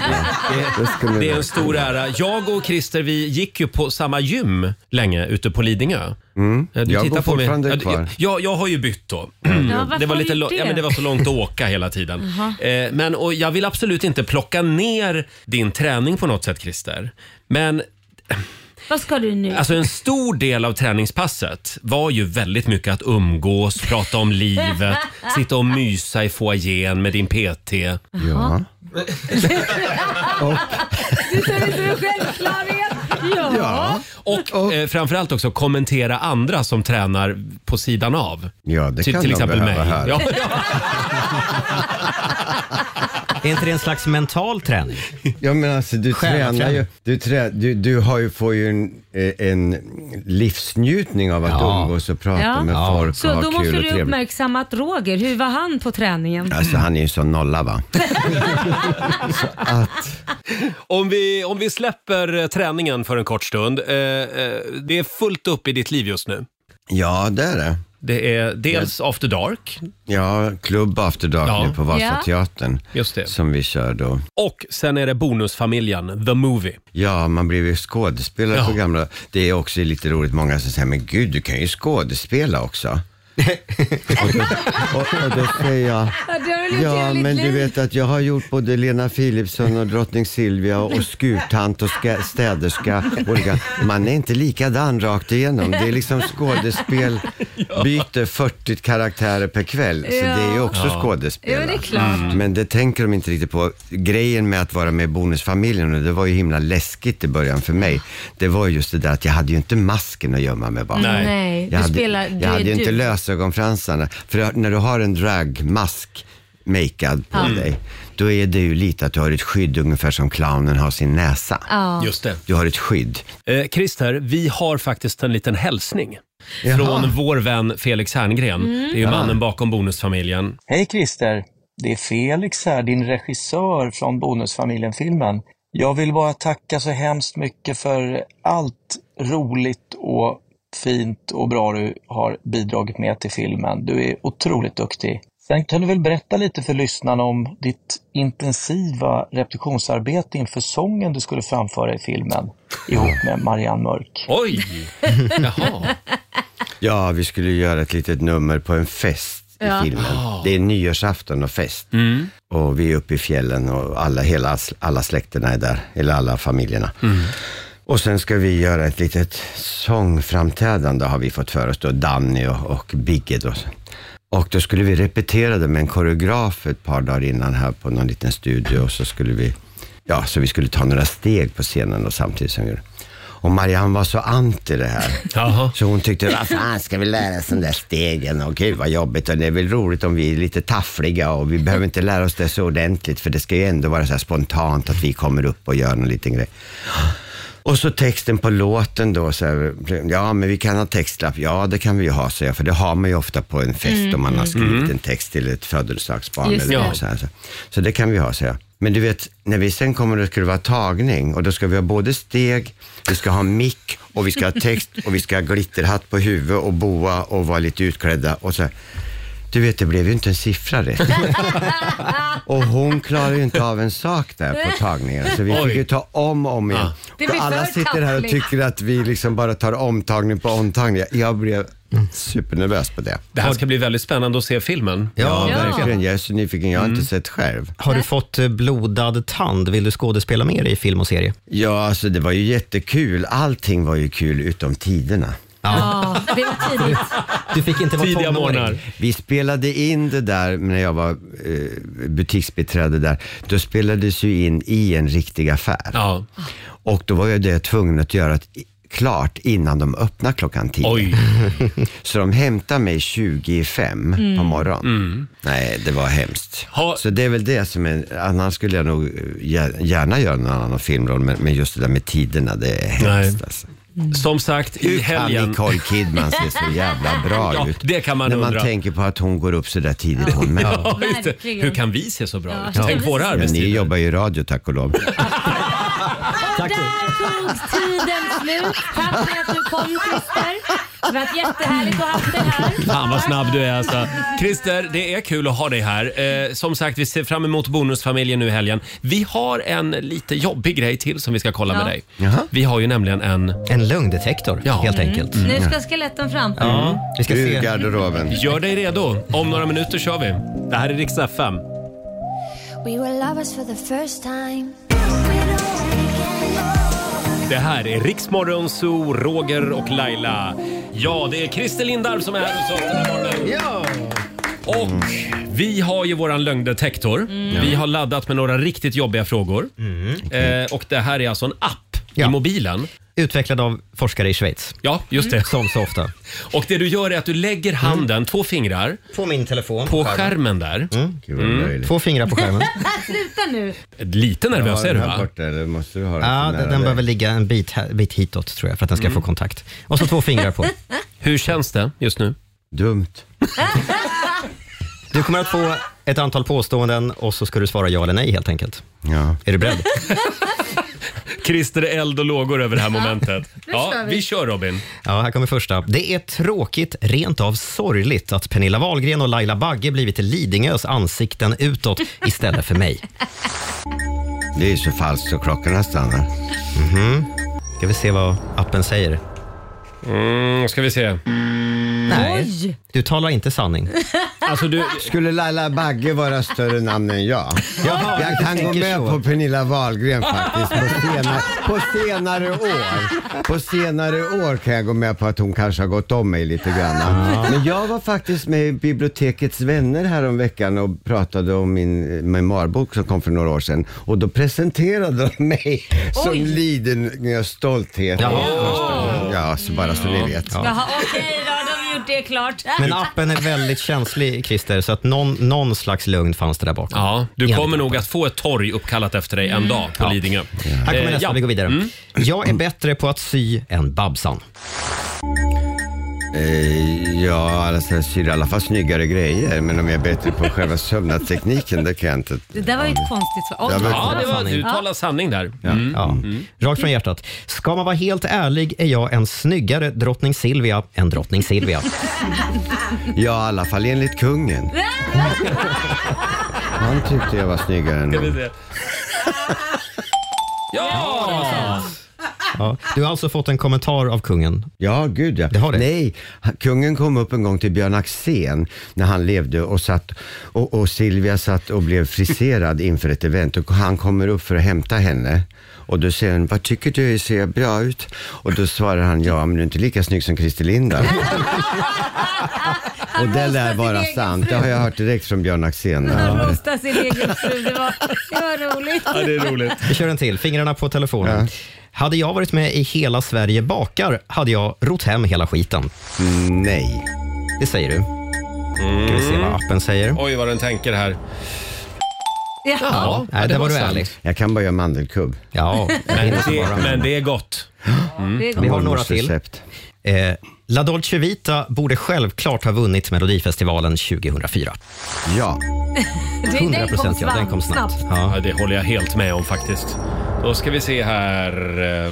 Det ska ni
det är
vara.
en stor ära. Jag och Christer vi gick ju på samma gym länge ute på Lidingö.
Mm.
Eh, du
jag
tittar
går
på mig-
fortfarande
Ja,
kvar. Mm.
Jag, jag har ju bytt då.
varför
det, var
har
lite
du
lo-
gjort det?
ja, men det var så långt att åka hela tiden. Eh, men, och jag vill absolut inte plocka ner din träning på något sätt Christer. Men
Vad ska du nu?
Alltså en stor del av träningspasset var ju väldigt mycket att umgås, prata om livet, sitta och mysa i foajén med din PT.
Ja.
Du tar det som en självklarhet. Ja.
Och, eh, framförallt också kommentera andra som tränar på sidan av.
Ja, det
Till-
kan
till
de
exempel
behöva
mig.
här.
Ja.
Är inte det en slags mental träning?
Ja men alltså du
Själaträning.
tränar ju, du, trä, du, du har ju, får ju en, eh, en livsnjutning av att
Ja.
umgås och prata
Ja.
med folk och
Så
ha
då måste
kul och
du
trevligt.
uppmärksamma att Roger, hur var han på träningen?
Alltså han är ju sån nolla va?
Om vi, om vi släpper eh, träningen för en kort stund. Eh, eh, det är fullt upp i ditt liv just nu.
Ja det är det.
Det är dels After Dark
Ja, klubb After Dark
Ja.
nu på Vasateatern.
Just det.
Som vi kör då.
och sen är det Bonusfamiljen, The Movie.
Ja, man blev ju skådespelare på gamla... Det är också lite roligt, många som säger, men gud, du kan ju skådespela också. och, då, och, och då säger jag,
Ja, det har du levt hela
ja
ditt
men du
liv.
vet att jag har gjort både Lena Philipsson och drottning Silvia och skurtant och ska, städerska. Olga. Man är inte likadan rakt igenom. Det är liksom skådespel, byter 40 karaktärer per kväll. Så det är ju också
Ja.
skådespel.
Jo, det är klart.
Mm. Men det tänker de inte riktigt på. Grejen med att vara med i Bonusfamiljen, och det var ju himla läskigt i början för mig, det var just det där att jag hade ju inte masken att gömma mig bakom.
Nej. Nej, du
jag hade,
spelar- du
jag hade
är
ju
du.
inte lösögonfransarna. För jag- när du har en dragmask makead på
Ja.
dig, då är det ju lite att du har ett skydd ungefär som clownen har sin näsa.
Ja.
Just det.
Du har ett skydd.
Eh, Christer, vi har faktiskt en liten hälsning.
Jaha.
Från vår vän Felix Herngren.
Mm.
Det är ju
Ja.
mannen bakom Bonusfamiljen.
Hej Christer! Det är Felix här, din regissör från Bonusfamiljen-filmen. Jag vill bara tacka så hemskt mycket för allt roligt och fint och bra du har bidragit med till filmen. Du är otroligt duktig. Sen kan du väl berätta lite för lyssnarna om ditt intensiva repetitionsarbete inför sången du skulle framföra i filmen ihop med Marianne Mörk.
Oj!
Ja, vi skulle ju göra ett litet nummer på en fest
Ja.
i filmen.
Ah.
Det är nyårsafton och fest. Och vi är uppe i fjällen och alla, hela, alla släkterna är där, eller alla familjerna. Och sen ska vi göra ett litet sångframträdande har vi fått för oss då, Danny och, och Bigge då. Och då skulle vi repetera det med en koreograf ett par dagar innan här på någon liten studio och så skulle vi, ja, så vi skulle ta några steg på scenen och samtidigt som vi gjorde. Och Marianne var så anti det här. Så hon tyckte, vad fan ska vi lära oss de där stegen? Och gud vad jobbigt. Och det är väl roligt om vi är lite taffliga och vi behöver inte lära oss det så ordentligt för det ska ju ändå vara så här spontant att vi kommer upp och gör någon liten grej. Och så texten på låten då, så här, ja men vi kan ha textlapp, ja det kan vi ju ha, säger jag, för det har man ju ofta på en fest
Mm,
om man har
mm.
skrivit
Mm.
en text till ett födelsedagsbarn
Just
eller
det.
något så, här, så. så det kan vi ha, säger jag. Men du vet, när vi sen kommer och ska det vara tagning och då ska vi ha både steg, vi ska ha mick och vi ska ha text och vi ska ha glitterhatt på huvudet och boa och vara lite utklädda och så här. Du vet, det blev ju inte en siffra rätt. Och hon klarar ju inte av en sak där på tagningen. Så vi
Oj.
fick ju ta om och om igen.
Det
Så
blir
alla
för
sitter här och
taffligt.
tycker att vi liksom bara tar omtagning på omtagning. Jag blev supernervös på det.
Det här ska bli väldigt spännande att se filmen.
Ja, verkligen. Mm. Jag är så nyfiken. Jag har inte sett själv.
Har du fått eh, blodad tand? Vill du skådespela mer i film och serie?
Ja, alltså det var ju jättekul. Allting var ju kul utom tiderna.
Ja, det var tidigt.
Du fick inte vara
Tidiga
tonåring.
morgnar.
Vi spelade in det där när jag var eh, butiksbiträde där. Då spelades ju in i en riktig affär. Och då var jag det tvungen att göra ett, klart innan de öppnade klockan tio. Så de hämtade mig 20 i fem på
Mm.
morgonen.
Mm.
Nej, det var hemskt. Så det är väl det som är, annars skulle jag nog eh, gär- gärna göra någon annan filmroll, men, men just det där med tiderna, det är hemskt alltså.
Som sagt, i
Hur kan
helgen...
Nicole Kidman se så jävla bra
Ja,
ut?
det kan man
När
undra.
man tänker på att hon går upp så där tidigt hon med.
Ja, just det.
Verkligen.
Hur kan vi se så bra
Ja,
ut? Tänk våra
Men ni
arbetstider.
jobbar ju i radio tack och lov.
Där tog tiden slut. Tack för att du kom Christer. Det har varit jättehärligt att ha haft dig här.
Fan vad snabb du är alltså. Christer, det är kul att ha dig här. Eh, som sagt, vi ser fram emot Bonusfamiljen nu i helgen. Vi har en lite jobbig grej till som vi ska kolla
Ja.
med dig. Vi har ju nämligen en...
En lögndetektor, ja. helt enkelt.
Nu
Mm.
ska skeletten fram.
Ja.
Vi ska Ur se.
garderoben.
Gör dig redo. Om några minuter kör vi. Det här är Rix FM.
We were lovers for the first time
Det här är Rix Morgon Zoo, Roger och Laila. Ja, det är Christer Lindarw som är här hos oss den här morgonen. Och vi har ju våran lögndetektor. Vi har laddat med några riktigt jobbiga frågor. Eh, och det här är alltså en app i mobilen.
Utvecklad av forskare i Schweiz.
Ja, just det.
Som så ofta.
Och det du gör är att du lägger handen, två fingrar,
På min telefon.
på Mm. skärmen Mm. där.
Gud, vad löjligt.
Två fingrar på skärmen.
Sluta nu.
Lite nervös
Ja,
är du
den här
va?
Borta, eller måste du ha den
Ja,
så nära
den, den
dig?
behöver ligga en bit, här, bit hitåt tror jag för att den ska
Mm.
få kontakt. Och så två fingrar på.
Hur känns det just nu?
Dumt.
Du kommer att få ett antal påståenden och så ska du svara ja eller nej helt enkelt.
Ja.
Är du beredd?
Christer är eld och lågor över det här
Ja.
momentet.
Nu
Ja,
kör vi.
vi kör Robin.
Ja, här kommer första. Det är tråkigt, rent av sorgligt, att Pernilla Wahlgren och Laila Bagge blivit Lidingös ansikten utåt istället för mig.
Det är så falskt så klockorna stannar.
Mhm. Ska vi se vad appen säger?
Mm, ska vi se.
Nej,
Oj.
du talar inte sanning.
Alltså du... Skulle Laila Bagge vara större namn än jag?
Jaha,
jag
du
kan gå
tänker
med
så.
på Pernilla Wahlgren faktiskt. På senare, på senare år På senare år kan jag gå med på att hon kanske har gått om mig lite grann. Men jag var faktiskt med i Bibliotekets vänner häromveckan och pratade om min memoarbok som kom för några år sedan. Och då presenterade de mig som Lidingös stolthet. Ja, så bara så ni vet.
Jaha, okej då, då har vi gjort det klart.
Men appen är väldigt känslig, Christer, så att någon, någon slags lugn fanns det där bakom.
Ja, du
Enligt
kommer
appen.
nog att få ett torg uppkallat efter dig en dag på
Ja.
Lidingö.
Här kommer
Eh,
nästa,
ja.
vi går vidare.
Mm.
Jag är bättre på att sy än Babsan.
Eh, Ja, alltså, jag syr i alla fall snyggare grejer, men om jag är bättre på själva sömnadstekniken, det kan jag inte.
Det där var ju ett konstigt svar. Oj,
Ja, men-
det
Ja, det var-
sanning.
du
Ja.
Tala sanning där.
Ja. Ja.
Mm.
Rakt från hjärtat. Ska man vara helt ärlig är jag en snyggare drottning Silvia än drottning Silvia.
Ja, i alla fall enligt kungen. Han tyckte jag var snyggare än honom.
Ja!
Ja. Du har alltså fått en kommentar av kungen?
Ja, gud ja. Nej, han- kungen kom upp en gång till Björn Axén när han levde och, satt, och, och Silvia satt och blev friserad inför ett event och han kommer upp för att hämta henne. Och då säger hon, vad tycker du, ser jag bra ut? Och då svarar han, ja men du är inte lika snygg som Christer Lindarw. och det lär vara
egen
sant, det har jag hört direkt från Björn Axén.
Han roastar sin egen fru. Det var, det var roligt.
Vi kör en till. Fingrarna på telefonen. Hade jag varit med i Hela Sverige bakar hade jag rott hem hela skiten.
Nej.
Det säger du. Ska vi se vad appen säger?
Oj, vad den tänker här.
Ja.
Ja.
Nej, där var du
sant.
ärlig.
Jag kan bara göra mandelkubb.
Ja,
Men det, men det är gott.
Det är gott.
Vi har några till.
Recept.
Eh, La Dolce Vita borde självklart ha vunnit Melodifestivalen 2004.
Ja.
Det- den
100 procent ja, den kom snabbt.
Ja. det håller jag helt med om faktiskt. Då ska vi se här. eh,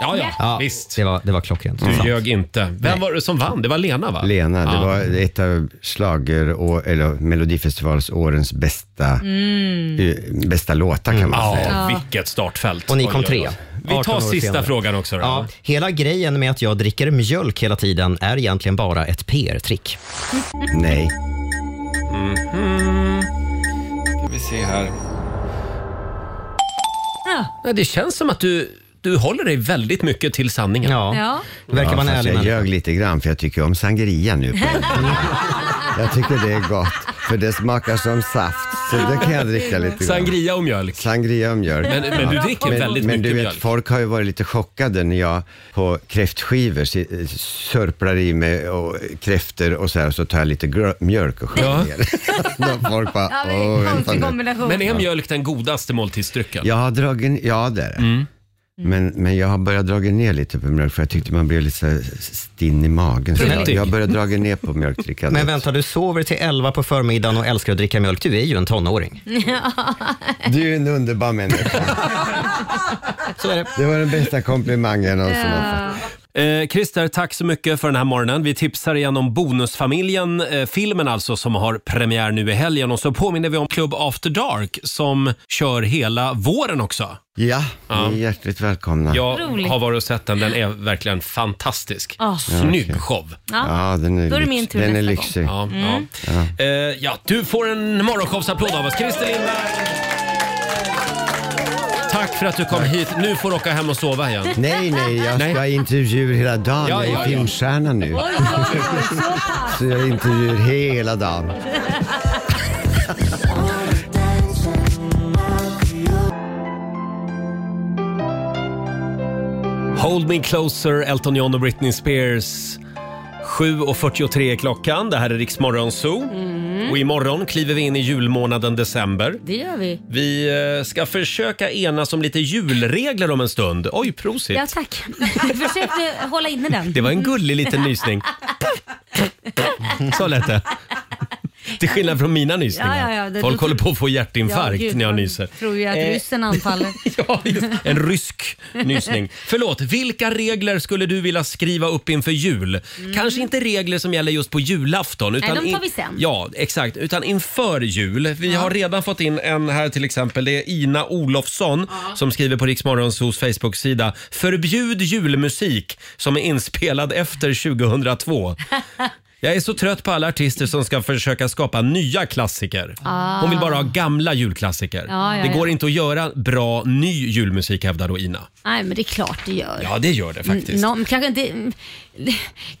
Ja, ja, visst.
Det var, det var klockrent.
Du ljög inte. Vem var det som vann? Det var Lena va?
Lena, det
Ja.
var ett av slager och, eller Melodifestivalsårens bästa, eh, bästa låtar kan man
Ja,
säga.
vilket startfält.
Och ni kom
Oj, oj, oj.
tre.
Vi
18
tar
år
sista
senare.
frågan också då.
Ja, hela grejen med att jag dricker mjölk hela tiden är egentligen bara ett PR-trick.
Nej.
Mm. Ska vi se här.
Ja.
Det känns som att du, du håller dig väldigt mycket till sanningen.
Ja.
Det verkar vara en
fast
ärlig
Jag
människa.
ljög lite grann för jag tycker om sangria nu. På den. jag tycker det är gott för det smakar som saft så det kan jag dricka lite grann.
Sangria och mjölk.
Sangria och mjölk.
Men- men du dricker
men,
väldigt
men
mycket
du vet,
mjölk.
Folk har ju varit lite chockade när jag på kräftskivor si- sörplar i mig och kräfter och så här så tar jag lite grö- mjölk och sköljer
Ja.
ner. Då folk bara,
Ja, det är en
åh, vänta
konstig
nu.
kombination.
Men är mjölk den godaste måltidsdrycken?
Jag har dragit, ja det är det.
Mm.
Men, men jag har börjat dra ner lite på mjölk för jag tyckte man blev lite så här stinn i magen. Så jag,
Pruttig.
jag har börjat dra ner på mjölkdrickandet.
Men vänta, du sover till 11 på förmiddagen och älskar att dricka mjölk. Du är ju en tonåring.
Mm.
Du är en underbar människa.
det.
var den bästa komplimangen jag någonsin har fått.
Eh, Christer, tack så mycket för den här morgonen. Vi tipsar igen om Bonusfamiljen, eh, filmen alltså som har premiär nu i helgen. Och så påminner vi om Club After Dark som kör hela våren också.
Ja, ni är hjärtligt välkomna.
Jag
Roligt.
har varit och sett den. Den är verkligen fantastisk.
Ja.
Snygg
Ja,
show.
Ja.
Ja, den är,
Då är det
lyx-
min tur
den är
nästa gång.
lyxig.
Ja,
Mm.
Ja.
Eh, ja, du får en morgonshowsapplåd av oss. Christer Lindberg! Tack för att du kom hit. Nu får du åka hem och sova igen.
Nej, nej, jag ska ha intervjuer hela dagen.
Ja,
jag är
ja, ja.
filmstjärna nu. Så jag har intervjuer hela dagen.
Hold Me Closer, Elton John och Britney Spears. 7.43 är klockan. Det här är Rix Morgon Zoo. Och imorgon kliver vi in i julmånaden december.
Det gör vi.
Vi eh, ska försöka enas om lite julregler om en stund. Oj, prosit!
Ja, tack. Försök nu hålla inne den.
Det var en gullig liten nysning. Så lät det. Till skillnad från mina nysningar.
Ja, ja, ja, det-
Folk håller på att få
Ja,
hjärtinfarkt
gud,
när jag Eh,
jag
nyser.
Tror ju att
Eh,
ryssen anfaller.
En rysk nysning. Förlåt, vilka regler skulle du vilja skriva upp inför jul? Kanske inte regler som gäller just på julafton. Utan
Mm. de tar
in-
vi sen.
Ja, exakt. Utan inför jul. Vi har redan fått in en här till exempel. Det är Ina Olofsson som skriver på Riksmorgonsos Facebook-sida. Förbjud julmusik som är inspelad efter 2002. Jag är så trött på alla artister som ska försöka skapa nya klassiker.
Ah.
Hon vill bara ha gamla julklassiker.
Ja, ja,
det
ja.
går inte att göra bra ny julmusik hävdar då Ina.
Nej, men det är klart det gör.
Ja, det gör det faktiskt.
Nå, men kanske, inte, mm,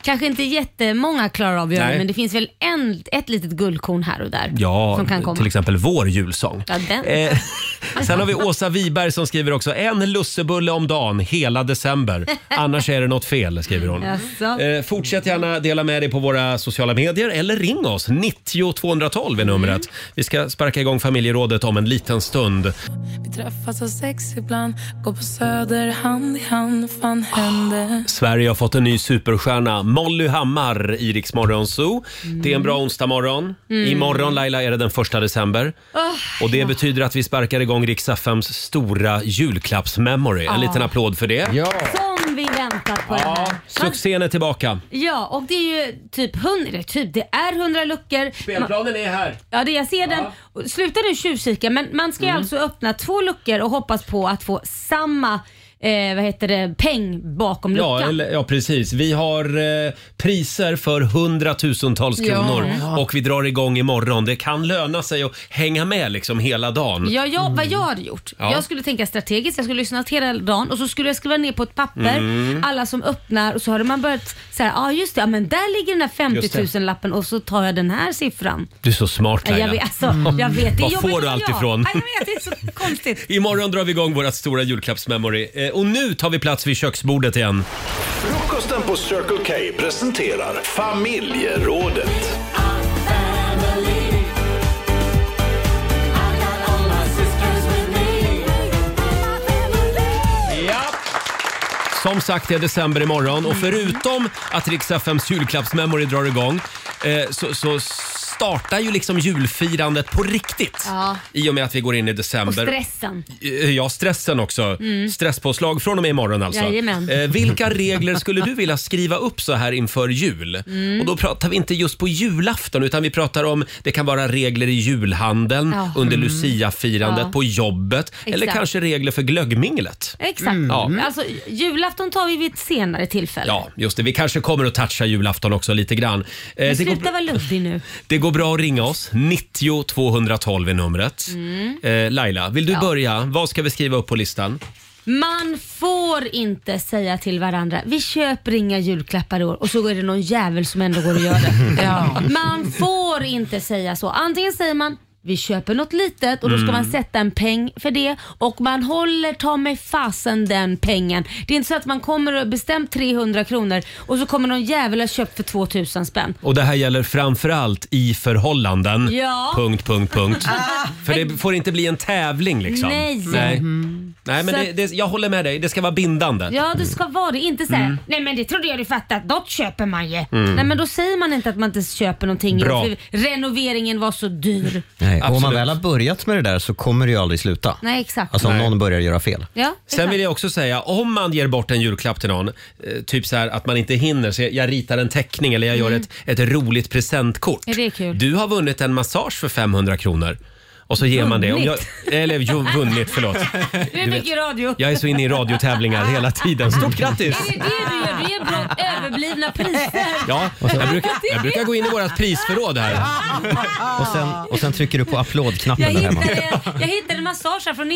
kanske inte jättemånga klarar av att göra
Nej.
det, men det finns väl en, ett litet guldkorn här och där
Ja,
som kan komma.
till exempel vår julsång.
Ja, den.
Eh, sen har vi Åsa Wiberg som skriver också en lussebulle om dagen hela december. Annars är det något fel, skriver hon.
Jaså.
Eh, fortsätt gärna dela med dig på våra sociala medier eller ring oss. 90 212 är numret.
Mm.
Vi ska sparka igång familjerådet om en liten stund.
Vi träffas av sex ibland, går på söder hand i hand, fan händer?
Sverige har fått en ny superstjärna, Molly Hammar i Rix Morgon Zoo. Det är en bra onsdag morgon.
Mm.
Imorgon Laila är det den första december.
Åh,
Och det betyder att vi sparkar igång Rix FMs stora julklappsmemory. En
Ja.
liten applåd för det. Ja.
Som vi väntat på det här.
Succén är tillbaka.
Ja, och det är ju typ 100, eller typ, det är 100 luckor.
Spelplanen är här.
Ja, det, jag ser den. Och Sluta nu tjuvkika, men man ska ju
Mm.
alltså öppna två luckor och hoppas på att få samma eh, vad heter det, peng bakom luckan.
Ja, eller, ja, precis. Vi har eh, priser för hundratusentals
Ja.
kronor
Ja.
och vi drar igång imorgon. Det kan löna sig att hänga med liksom hela dagen.
Ja, jag, Vad jag hade gjort?
Mm. Ja.
Jag skulle tänka strategiskt, jag skulle lyssna hela dagen och så skulle jag skriva ner på ett papper
Mm.
alla som öppnar och så hade man börjat säga, ja ah, just det, ja, men där ligger den där 50 000 lappen och så tar jag den här siffran.
Du är så smart Laila.
Jag vet, alltså, jag vet, det är
Mm. Var
jobbigt
får du
att
allt
jag-
ifrån?
Ja, Jag vet, det är så konstigt.
Imorgon drar vi igång vårt stora julklappsmemory. Eh, och nu tar vi plats vid köksbordet igen.
Frukosten på Circle K presenterar familjerådet.
Som sagt, det är december imorgon och förutom att Rix FMs julklappsmemory drar igång eh, så, så startar ju liksom julfirandet på riktigt
Ja.
i och med att vi går in i
Och
december.
stressen.
Eh, Ja, stressen också.
Mm.
Stresspåslag från och med imorgon alltså.
Jajamän.
Eh, vilka regler skulle du vilja skriva upp så här inför jul?
Mm.
Och då pratar vi inte just på julafton utan vi pratar om, det kan vara regler i julhandeln,
Ja.
under
Mm.
luciafirandet,
Ja.
på jobbet eller
Exakt.
kanske regler för glöggminglet.
Exakt.
Mm. Ja.
Alltså, julafton tar vi vid ett senare tillfälle.
Ja, just det. Vi kanske kommer att toucha julafton också lite grann. Eh,
Men
det, går,
sluta vara luddig nu.
det går bra att ringa oss. 90 212 är numret.
Mm.
Eh, Laila, vill du
Ja.
börja? Vad ska vi skriva upp på listan?
Man får inte säga till varandra, vi köper inga julklappar i år och så är det någon jävel som ändå går och gör det.
Ja.
Man får inte säga så. Antingen säger man vi köper något litet och då ska
Mm.
man sätta en peng för det och man håller ta mig fasen den pengen. Det är inte så att man kommer och bestämt 300 kronor och så kommer någon jävel ha köpt för 2000 spänn.
Och det här gäller framförallt i förhållanden.
Ja.
Punkt, punkt, punkt. För det får inte bli en tävling liksom.
Nej.
Nej,
Mhm.
Nej men
Så
det,
att-
det, jag håller med dig. Det ska vara bindande.
Ja, det ska vara det. Inte såhär,
Mm.
nej men det trodde jag du fattat, något köper man ju.
Mm.
Nej men då säger man inte att man inte köper någonting i år,
Bra.
för renoveringen var så dyr.
Nej, och om man
Absolut.
väl har börjat med det där så kommer det ju aldrig sluta.
Nej exakt.
Alltså om någon börjar göra fel.
Ja,
Sen vill jag också säga, om man ger bort en julklapp till någon, eh, typ så här att man inte hinner, så jag, jag ritar en teckning eller jag gör ett, ett roligt presentkort.
Är Mm. det kul?
Du har vunnit en massage för 500 kronor. Och så ger man det. Om jag, eller jo, vunnit, förlåt.
Det är
Du
mycket radio.
Jag är så inne i radiotävlingar hela tiden. Stort grattis!
Är det det du gör? Du ger bra överblivna priser.
Ja, jag brukar, jag brukar gå in i vårt prisförråd här. Ah.
Och sen, och sen trycker du på
Jag
applådknappen där hemma.
hittade, jag hittade en massage här från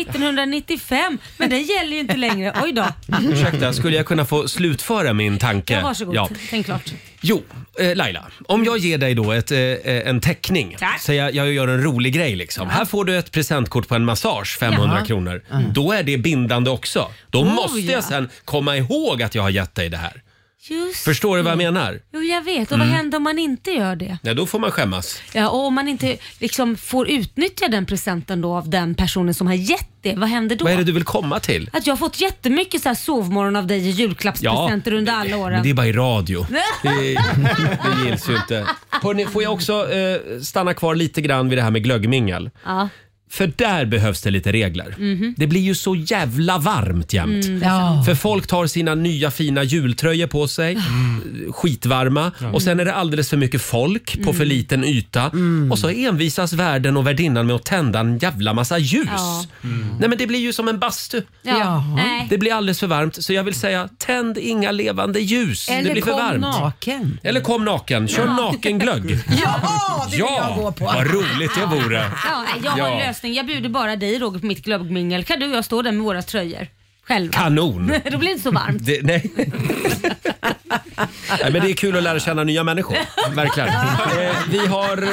1995 men den gäller ju inte längre. Oj då.
Ursäkta, skulle jag kunna få slutföra min tanke?
Ja, varsågod, tänk klart.
Jo, eh, Laila. Om jag ger dig då ett, eh, eh, en teckning.
Tack.
Så jag, jag gör en rolig grej liksom. Här får du ett presentkort på en massage, 500
Jaha.
kronor. Då är det bindande också. Då
Oh,
måste
ja.
jag sen komma ihåg att jag har gett dig det här.
Just
Förstår du vad jag
Mm.
menar?
Jo, jag vet. Och vad
Mm.
händer om man inte gör det?
Nej, då får man skämmas.
Ja, och om man inte liksom får utnyttja den presenten då av den personen som har gett det, vad händer då?
Vad är det du vill komma till?
Att jag har fått jättemycket så här sovmorgon av dig i julklappspresenter under alla åren.
Men det är bara i radio. Det, det gills ju inte. Hörrni, får jag också eh, stanna kvar lite grann vid det här med glöggmingel?
Ja.
För där behövs det lite regler.
Mhm.
Det blir ju så jävla varmt jämt.
Mm, det är sant.
För folk tar sina nya fina jultröjor på sig, skitvarma.
Mm. Ja.
Och sen är det alldeles för mycket folk på
Mm.
för liten yta. Och så envisas värden och värdinnan med att tända en jävla massa ljus.
Ja.
Nej men det blir ju som en bastu.
Ja. Jaha. Nej.
Det blir alldeles för varmt. Så jag vill säga, tänd inga levande ljus. det blir för varmt.
naken.
Eller kom naken. Kör
Ja.
nakenglögg.
Ja, det vill
Ja,
jag gå på.
vad roligt det vore.
Ja, nej, jag har en lösning. Jag bjuder bara dig Roger på mitt glöggmingel. Kan du och jag stå där med våra tröjor? Själva.
Kanon.
Då blir det inte så varmt.
Det, nej. nej, men det är kul att lära känna nya människor. Verkligen. Eh, vi har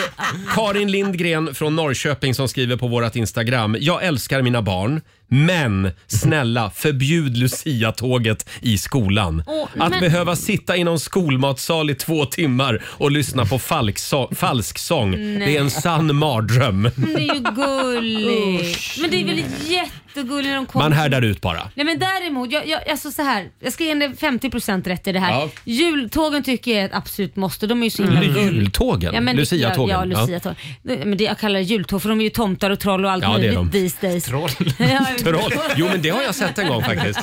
Karin Lindgren från Norrköping som skriver på vårt Instagram. Jag älskar mina barn, men snälla förbjud Lucia-tåget i skolan.
Åh,
Att
men-
behöva sitta i någon skolmatsal i två timmar och lyssna på falkso- falsksång, det är en
Nej.
sann mardröm.
Men det är ju gulligt. Men det är väl jättegulligt när de kommer.
Man härdar ut bara.
Nej men däremot, jag, jag, alltså så här, jag ska ge dig 50% rätt i det här.
Ja.
Jultågen tycker jag är ett absolut måste. De är ju så himla
Mm.
gulliga.
Jultågen?
men det-
Lucia-tågen?
Ja, ja, Lucia-tågen. Nej, Men det, jag kallar det jultåg för de är ju tomtar och troll och allt
Ja, det är
möjligt
de.
these days. Troll? ja,
Troll. Jo, men det har jag sett en gång faktiskt.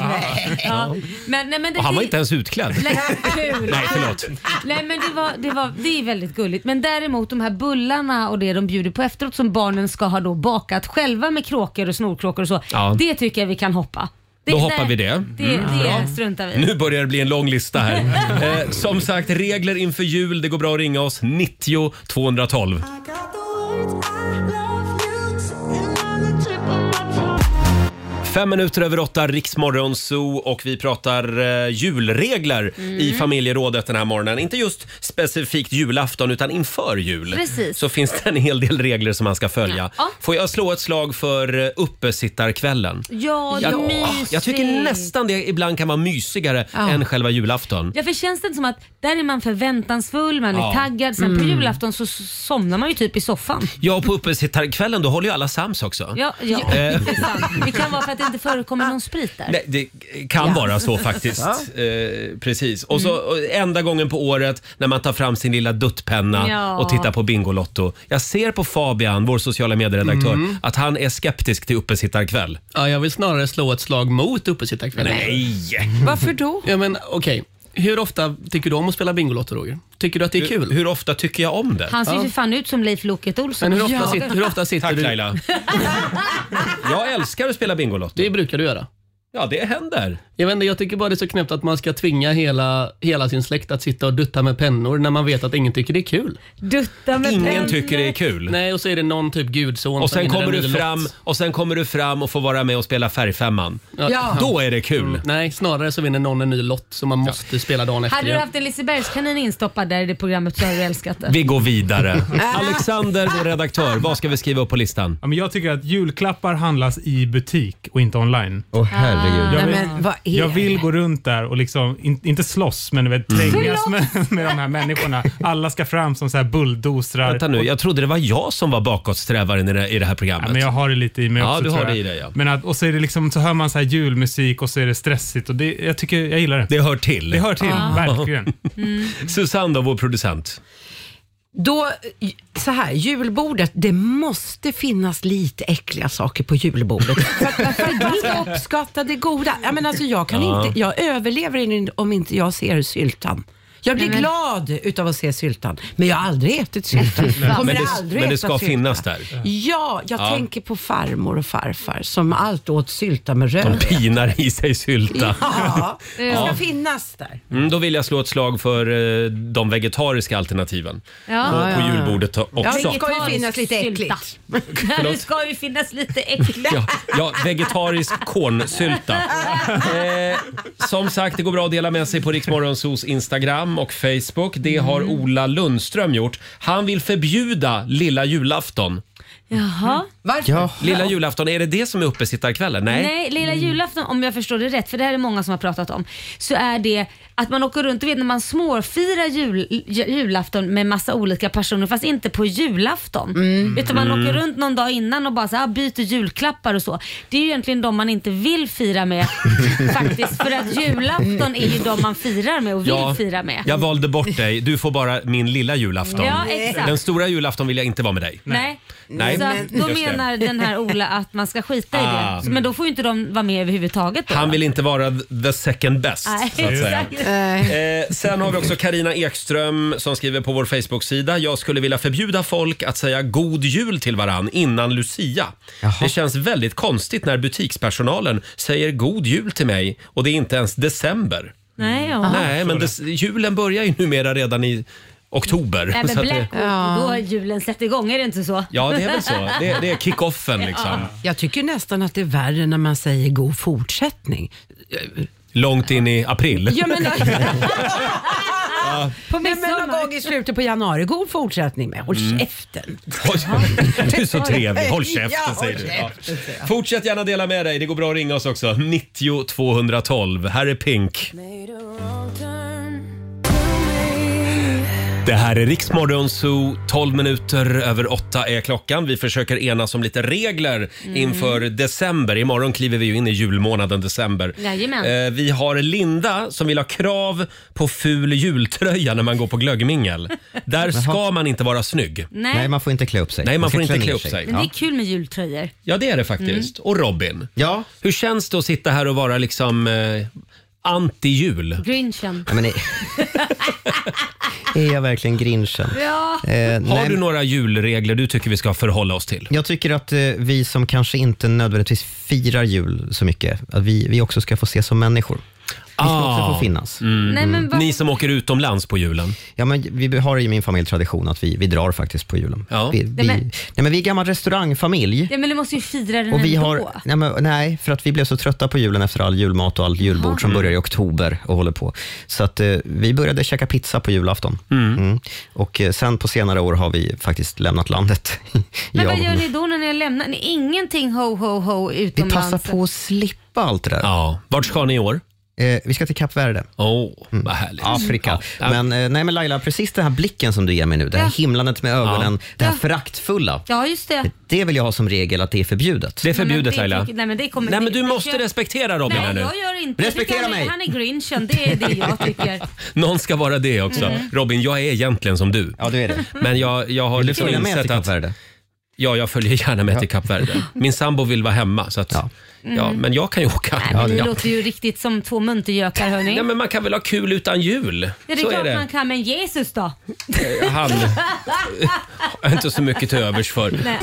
ja. men, nej, men det,
Och han var inte ens utklädd.
Nej, kul.
Nej, förlåt.
Nej men det, var, det, var, det är väldigt gulligt. Men däremot de här bullarna och det de bjuder på efteråt som barnen ska ha då bakat själva med kråkor och snorkråkor och så.
Ja.
Det tycker jag vi kan hoppa. Det,
Då hoppar
där-
vi det.
Det,
Mm. Bra.
det struntar vi i.
Nu börjar det bli en lång lista här. Eh, som sagt, regler inför jul. Det går bra att ringa oss. 90 212. Fem minuter över åtta, Riksmorgon Zoo och vi pratar eh, julregler
Mm.
i familjerådet den här morgonen. Inte just specifikt julafton utan inför jul.
Precis.
Så finns det en hel del regler som man ska följa.
Ja.
Får jag slå ett slag för eh, uppesittarkvällen?
Ja, det är
jag,
mysigt.
jag tycker nästan det ibland kan vara mysigare
Ja.
än själva julafton.
Ja för känns det som att där är man förväntansfull, man är
Ja.
taggad. Sen på
Mm.
julafton så somnar man ju typ i soffan.
Ja, och på uppesittarkvällen då håller ju alla sams också.
Ja, ja.
Eh,
Det, är sant. det kan vara för att det inte förekommer någon sprit där.
Nej, det kan
Ja.
vara så faktiskt.
Ja.
Eh, precis. Och så och enda gången på året när man tar fram sin lilla duttpenna
Ja.
och tittar på Bingolotto. Jag ser på Fabian, vår sociala medieredaktör,
Mm.
att han är skeptisk till uppesittarkväll.
Ja, jag vill snarare slå ett slag mot uppesittarkvällen.
Nej!
Varför då? Ja, men okej. Hur ofta tycker du om att spela Bingolotto, Roger? Tycker du att det är kul?
Hur, ofta tycker jag om det?
Han ser ju för fan ut som Leif Loket Olsson.
Men hur ofta, sitter, hur ofta sitter
Tack
du...
Laila. Jag älskar att spela Bingolotto.
Det brukar du göra.
Ja, det händer.
Jag, vet inte, jag tycker bara det är så knäppt att man ska tvinga hela, hela sin släkt att sitta och dutta med pennor när man vet att ingen tycker det är kul.
Dutta med
Ingen tycker det är kul.
Nej, och så är det någon typ gudson
Och
som
sen,
vinner
kommer
en
du
ny lott.
fram, och sen kommer du fram och får vara med och spela Färgfemman.
Ja.
Då är det kul.
Nej, snarare så vinner någon en ny lott som man måste spela dagen efter.
Hade du haft en Lisebergskanin instoppad där i det programmet så hade du älskat det.
Vi går vidare. Alexander, vår redaktör, vad ska vi skriva upp på listan?
Ja, men jag tycker att julklappar handlas i butik och inte online.
Åh
herregud.
Ah.
Jag vill,
Nej, men vad är
jag
det?
vill gå runt där och liksom, in, inte slåss, men du vet,
Mm.
trängas med, med de här människorna. Alla ska fram som så här bulldosrar.
Vänta nu, jag trodde det var jag som var bakåtsträvaren i det, i det här programmet.
Ja, men jag har det lite i mig
Ja,
också,
du har
tror jag.
det i dig, ja.
Men att, och så, är det liksom, så hör man så här julmusik och så är det stressigt. Och det, jag, tycker, jag gillar det.
Det hör till.
Det hör till,
Ah.
Ja.
verkligen.
Susanne då, vår producent.
Då, så här, julbordet, det måste finnas lite äckliga saker på julbordet. För att- för att man ska uppskatta det goda. Jag, menar, alltså, jag, kan
Ja.
inte, jag överlever in- om inte jag ser syltan. Jag blir
Nej, men-
glad utav att se syltan, men jag har aldrig ätit syltan. Kommer
men, det,
aldrig
men det
äta
ska
syltan.
finnas där.
Ja, jag
Ja.
tänker på farmor och farfar som allt åt sylta med
De
rödbeta.
pinar i sig sylta.
Ja, det ska
Ja.
finnas där.
Mm, då vill jag slå ett slag för eh, de vegetariska alternativen.
Ja.
På,
Ja,
på
ja, ja.
julbordet ta- också.
Ja, det ska ju finnas lite äckligt. det ska ju finnas lite äckligt.
Ja, ja, vegetarisk kornsylta. Eh, som sagt, det går bra att dela med sig på Riksmorgonsos Instagram och Facebook. Det har
Mm.
Ola Lundström gjort. Han vill förbjuda lilla julafton.
Jaha. Varför?
Lilla julafton, är det det som är uppesittarkvällen? Nej. Mm.
Nej. lilla julafton om jag förstår det rätt, för det här är många som har pratat om, så är det att man åker runt och vet när man småfirar jul, ju- julafton med massa olika personer fast inte på julafton. Utan man
Mm.
åker runt någon dag innan och bara så här, "Ah, byter julklappar och så. Det är ju egentligen de man inte vill fira med faktiskt. För att julafton är ju de man firar med och vill
Ja,
fira med.
Jag valde bort dig. Du får bara min lilla julafton.
Ja, exakt.
Den stora julafton vill jag inte vara med dig.
Nej.
Nej.
Så att då
Just det.
menar den här Ola att man ska skita i
Ah.
det. Så- Men då får ju inte de vara med överhuvudtaget. Då.
Han vill inte vara the second best.
Nej,
så att säga.
exakt. Nej.
Eh, sen har vi också Karina Ekström som skriver på vår Facebook-sida. Jag skulle vilja förbjuda folk att säga god jul till varann innan Lucia. Det känns väldigt konstigt när butikspersonalen säger god jul till mig och det är inte ens december.
Nej, ja.
Nej, men des- julen börjar ju numera redan i oktober.
Nej, men
så att det-
Blackwood, då har julen satt igång, är det inte så?
Ja, det är väl så. Det, det är kick-offen liksom.
Jag tycker nästan att det är värre när man säger god fortsättning.
Långt in i april.
Ja, men,
Ja.
på Nej, men någon gång i slutet på januari, god fortsättning med. Håll käften.
Du är så trevlig. Håll käften
Ja,
säger
håll
du. Ja.
käften, säger jag.
Fortsätt gärna dela med dig. Det går bra att ringa oss också. 90 212. Här är Pink. Det här är Riksmorgon Zoo. 12 minuter över 8 är klockan. Vi försöker enas om lite regler
Mm.
inför december. Imorgon kliver vi ju in i julmånaden december.
Jajamän.
Eh, Vi har Linda som vill ha krav på ful jultröja när man går på glöggmingel. Där ska man inte vara snygg.
Nej. Nej,
man får inte klä upp sig. Nej, man,
Man ska
får inte
klä
klä
ner
upp
sig.
sig.
Men det är kul med jultröjor.
Ja, det är det faktiskt.
Mm.
Och Robin, ja. hur känns det att sitta här och vara liksom eh, anti-jul?
Grinchen.
Ja, men är, är jag verkligen grinchen?
Ja.
Eh,
Har
nej,
du några julregler du tycker vi ska förhålla oss till?
Jag tycker att eh, vi som kanske inte nödvändigtvis firar jul så mycket, att vi, vi också ska få ses som människor. Vi ska också
Ah.
få finnas.
Nej, men vad-
mm. Ni som åker utomlands på julen?
Ja, men vi har i min familj tradition att vi, vi drar faktiskt på julen. Vi, vi,
Nej,
nej,
men-
men... Nej, men vi är gammal restaurangfamilj.
Ja, men du måste ju fira den
Och vi
ändå.
har, nej, men, nej, för att vi blev så trötta på julen efter all julmat och all julbord som börjar i oktober och håller på. Så att eh, vi började käka pizza på julafton. Mm. Och eh, sen på senare år har vi faktiskt lämnat landet.
Men
Jag
vad
och
gör
min-
ni då när ni lämnar? Ni, ingenting ho, ho, ho
Vi
utomlands?
passar på att slippa allt det där. Eh,
Ja. Vart ska ni i år?
vi ska till Kap Verde.
Åh, oh,
Mm.
vad härligt.
Afrika. Men, eh, nej, men Laila, precis den här blicken som du ger mig nu, det här
Ja.
himlandet med ögonen, det här
Ja.
föraktfulla.
Ja, just det.
Det vill jag ha som regel att det är förbjudet. Det
är
Nej, men det tycker- Nej, men det kommer...
Nej,
det-
men du
det
måste
kör-
respektera Robin
Nej,
här nu.
jag gör inte. Jag tycker
Respektera
han är-
mig.
Han är grinchen, det är det jag tycker.
Någon ska vara det också.
Mm.
Robin, jag är egentligen som du.
Ja, du är det.
Men jag, jag har
Vill du
liksom
följa med
insett
till
att... Ja, jag följer gärna med till Kap Verde. Min sambo vill vara hemma, så att, ja.
Mm.
men jag kan ju åka.
Nej, men det låter ju riktigt som två muntergökar hörni.
Nej, men man kan väl ha kul utan jul?
Ja, det är
så är
klart
det.
man kan, men Jesus då?
Eh, Han har inte så mycket till övers för.
Nej.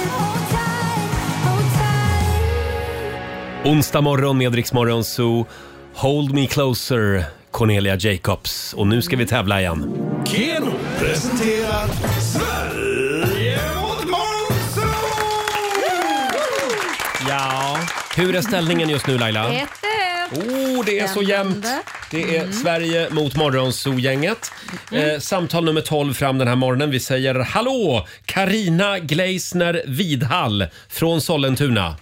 Onsdag morgon med Rix Morgon Zoo. Hold me closer, Cornelia Jacobs. Och nu ska vi tävla igen.
Keno presenterar Sverige mot Monzo!
Ja. Hur är ställningen just nu Laila?
Ett, ett.
Oh, det är så jämnt. Det är Sverige mot Morgonzoo-gänget. Eh, samtal nummer 12 fram den här morgonen. Vi säger hallå! Karina Gleisner Vidhall från Sollentuna.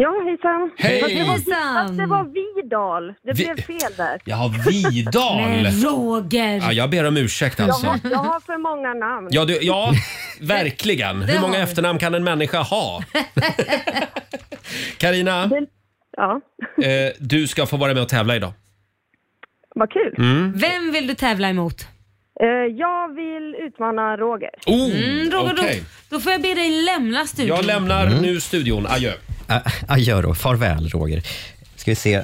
Ja, hejsan.
Hej.
Fast det var- Fast det var Vidal. Det
Vi-
blev fel där.
Ja, Vidal!
Men Roger!
Ja, jag ber om ursäkt alltså.
Jag, har, jag har för många namn.
Ja, du, ja verkligen.
det
Hur många
har du.
efternamn kan en människa ha? Karina,
Ja,
eh, du ska få vara med och tävla idag.
vad kul.
Mm.
Vem vill du tävla emot?
Eh, jag vill utmana Roger.
Oh,
Mm, Roger,
okej.
då, då får jag be dig lämna studion.
Jag lämnar nu studion. Adjö.
Ä- Adjö då. Farväl, Roger. Ska vi se.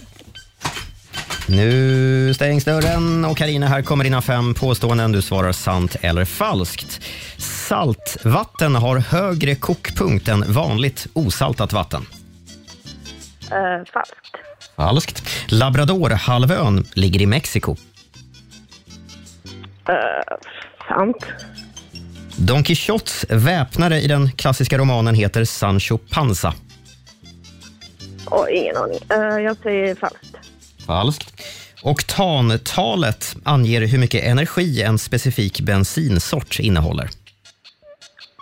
Nu stängs dörren och Karina här kommer dina fem påståenden. Du svarar sant eller falskt. Saltvatten har högre kokpunkt än vanligt osaltat vatten.
Eh, falskt.
Falskt. Labradorhalvön ligger i Mexiko.
Eh, sant.
Don Quijotes väpnare i den klassiska romanen heter Sancho Panza.
Åh, ingen aning. Eh, jag säger falskt.
Falskt. Oktantalet anger hur mycket energi en specifik bensinsort innehåller.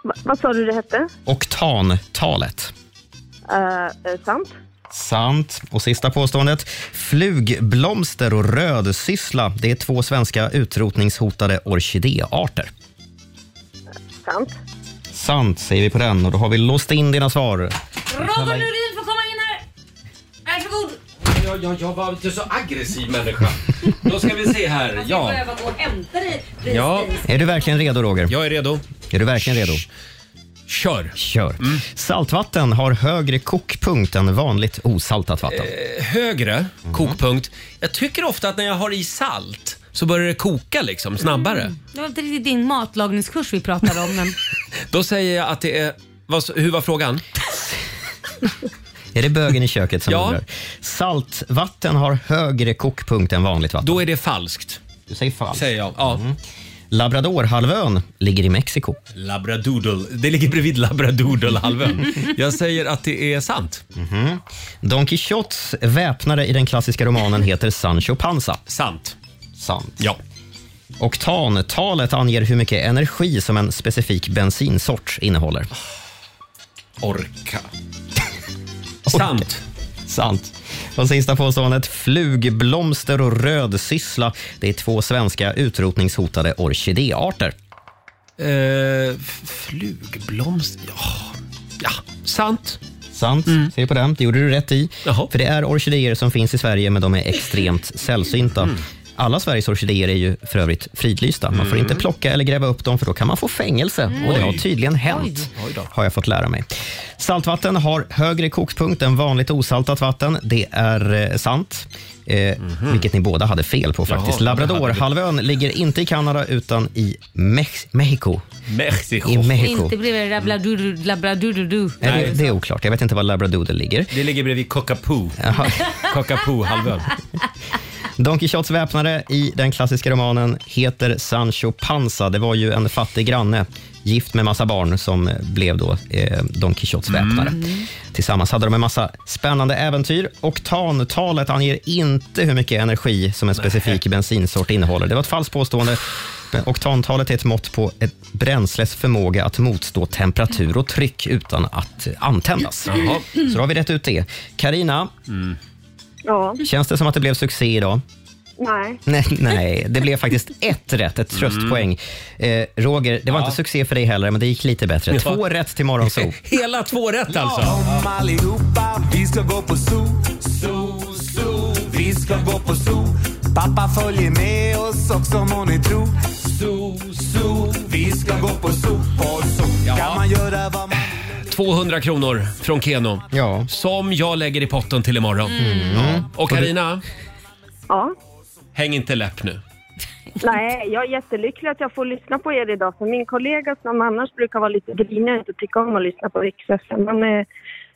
Va, vad sa du det hette?
Oktantalet.
Eh, eh, sant.
Sant. Och sista påståendet. Flugblomster och rödsyssla, det är två svenska utrotningshotade orkidéarter.
Sant.
Sant, säger vi på den. Och då har vi låst in dina svar.
Roger Norin får komma in här. Varsågod.
Ja, ja, jag var inte så aggressiv människa. Då ska vi se här.
Alltså, Jag
Ja.
behöver gå och hämta dig.
ja.
Är du verkligen redo, Roger?
Jag är redo.
Är du verkligen redo?
Kör!
Kör. Saltvatten har högre kokpunkt än vanligt osaltat vatten.
Högre kokpunkt. Jag tycker ofta att när jag har i salt så börjar det koka liksom snabbare.
Det var inte riktigt din matlagningskurs vi pratade om. Men...
Då säger jag att det är... Vad, s- hur var frågan?
Är det bögen i köket som
Ja.
undrar? Saltvatten har högre kokpunkt än vanligt vatten.
Då är det falskt.
Du säger falskt.
Säger jag, ja.
Labradorhalvön ligger i Mexiko.
Labradoodle. Det ligger bredvid labradoodle-halvön. Jag säger att det är sant.
Don Quixotes väpnare i den klassiska romanen heter Sancho Panza.
Sant.
Sant.
Ja.
Oktantalet anger hur mycket energi som en specifik bensinsort innehåller.
Orka. Sant.
Sant. Och sista påståendet. Flugblomster och rödsyssla, det är två svenska utrotningshotade orkidéarter.
Eh, f- flugblomst. Ja. ja, sant.
Sant.
Mm.
Se på den. Det gjorde du rätt i. För det är orkidéer som finns i Sverige, men de är extremt sällsynta.
Mm.
Alla Sveriges orkidéer är ju för övrigt fridlysta. Man får
Mm.
inte plocka eller gräva upp dem, för då kan man få fängelse. Och det har
Oj.
tydligen hänt,
Oj. Oj då.
har jag fått lära mig. Saltvatten har högre kokpunkt än vanligt osaltat vatten. Det är eh, sant. Eh,
Mhm.
Vilket ni båda hade fel på faktiskt.
Jaha, det
Labradorhalvön ligger inte i Kanada, utan i Mex- Mexiko.
Mexiko.
I Mexiko.
Inte bredvid labradudu. labradududu.
Nej, det, det är oklart. Jag vet inte var labradoodle ligger.
Det ligger bredvid Cockapoo. Cockapoo-halvön.
Don Quijotes väpnare i den klassiska romanen heter Sancho Panza. Det var ju en fattig granne, gift med massa barn, som blev då eh, Don Quijotes väpnare. Tillsammans hade de en massa spännande äventyr. Oktantalet anger inte hur mycket energi som en specifik bensinsort innehåller. Det var ett falskt påstående. Men oktantalet är ett mått på ett bränsles förmåga att motstå temperatur och tryck utan att eh, antändas.
Jaha.
Så då har vi rätt ut det. Karina,
Ja.
känns det som att det blev succé idag?
Nej.
Nej, nej, det blev faktiskt ett rätt, ett tröstpoäng. Eh, Roger, det var inte succé för dig heller, men det gick lite bättre.
Ja.
Två rätt till morgonso.
Hela två rätt alltså.
Kom allihopa, vi ska gå på zoo, zoo, zoo. Vi ska gå på zoo. Pappa följer med oss också må ni tro. Zoo, zoo. Vi ska gå på zoo, på zoo. Kan man göra vad man
200 kronor från Keno.
Ja.
Som jag lägger i potten till imorgon.
Mm.
Ja. Och Karina,
Ja.
häng inte läpp nu.
Nej, jag är jättelycklig att jag får lyssna på er idag. För min kollega som annars brukar vara lite grinig och inte tycka om att lyssna på riks han är,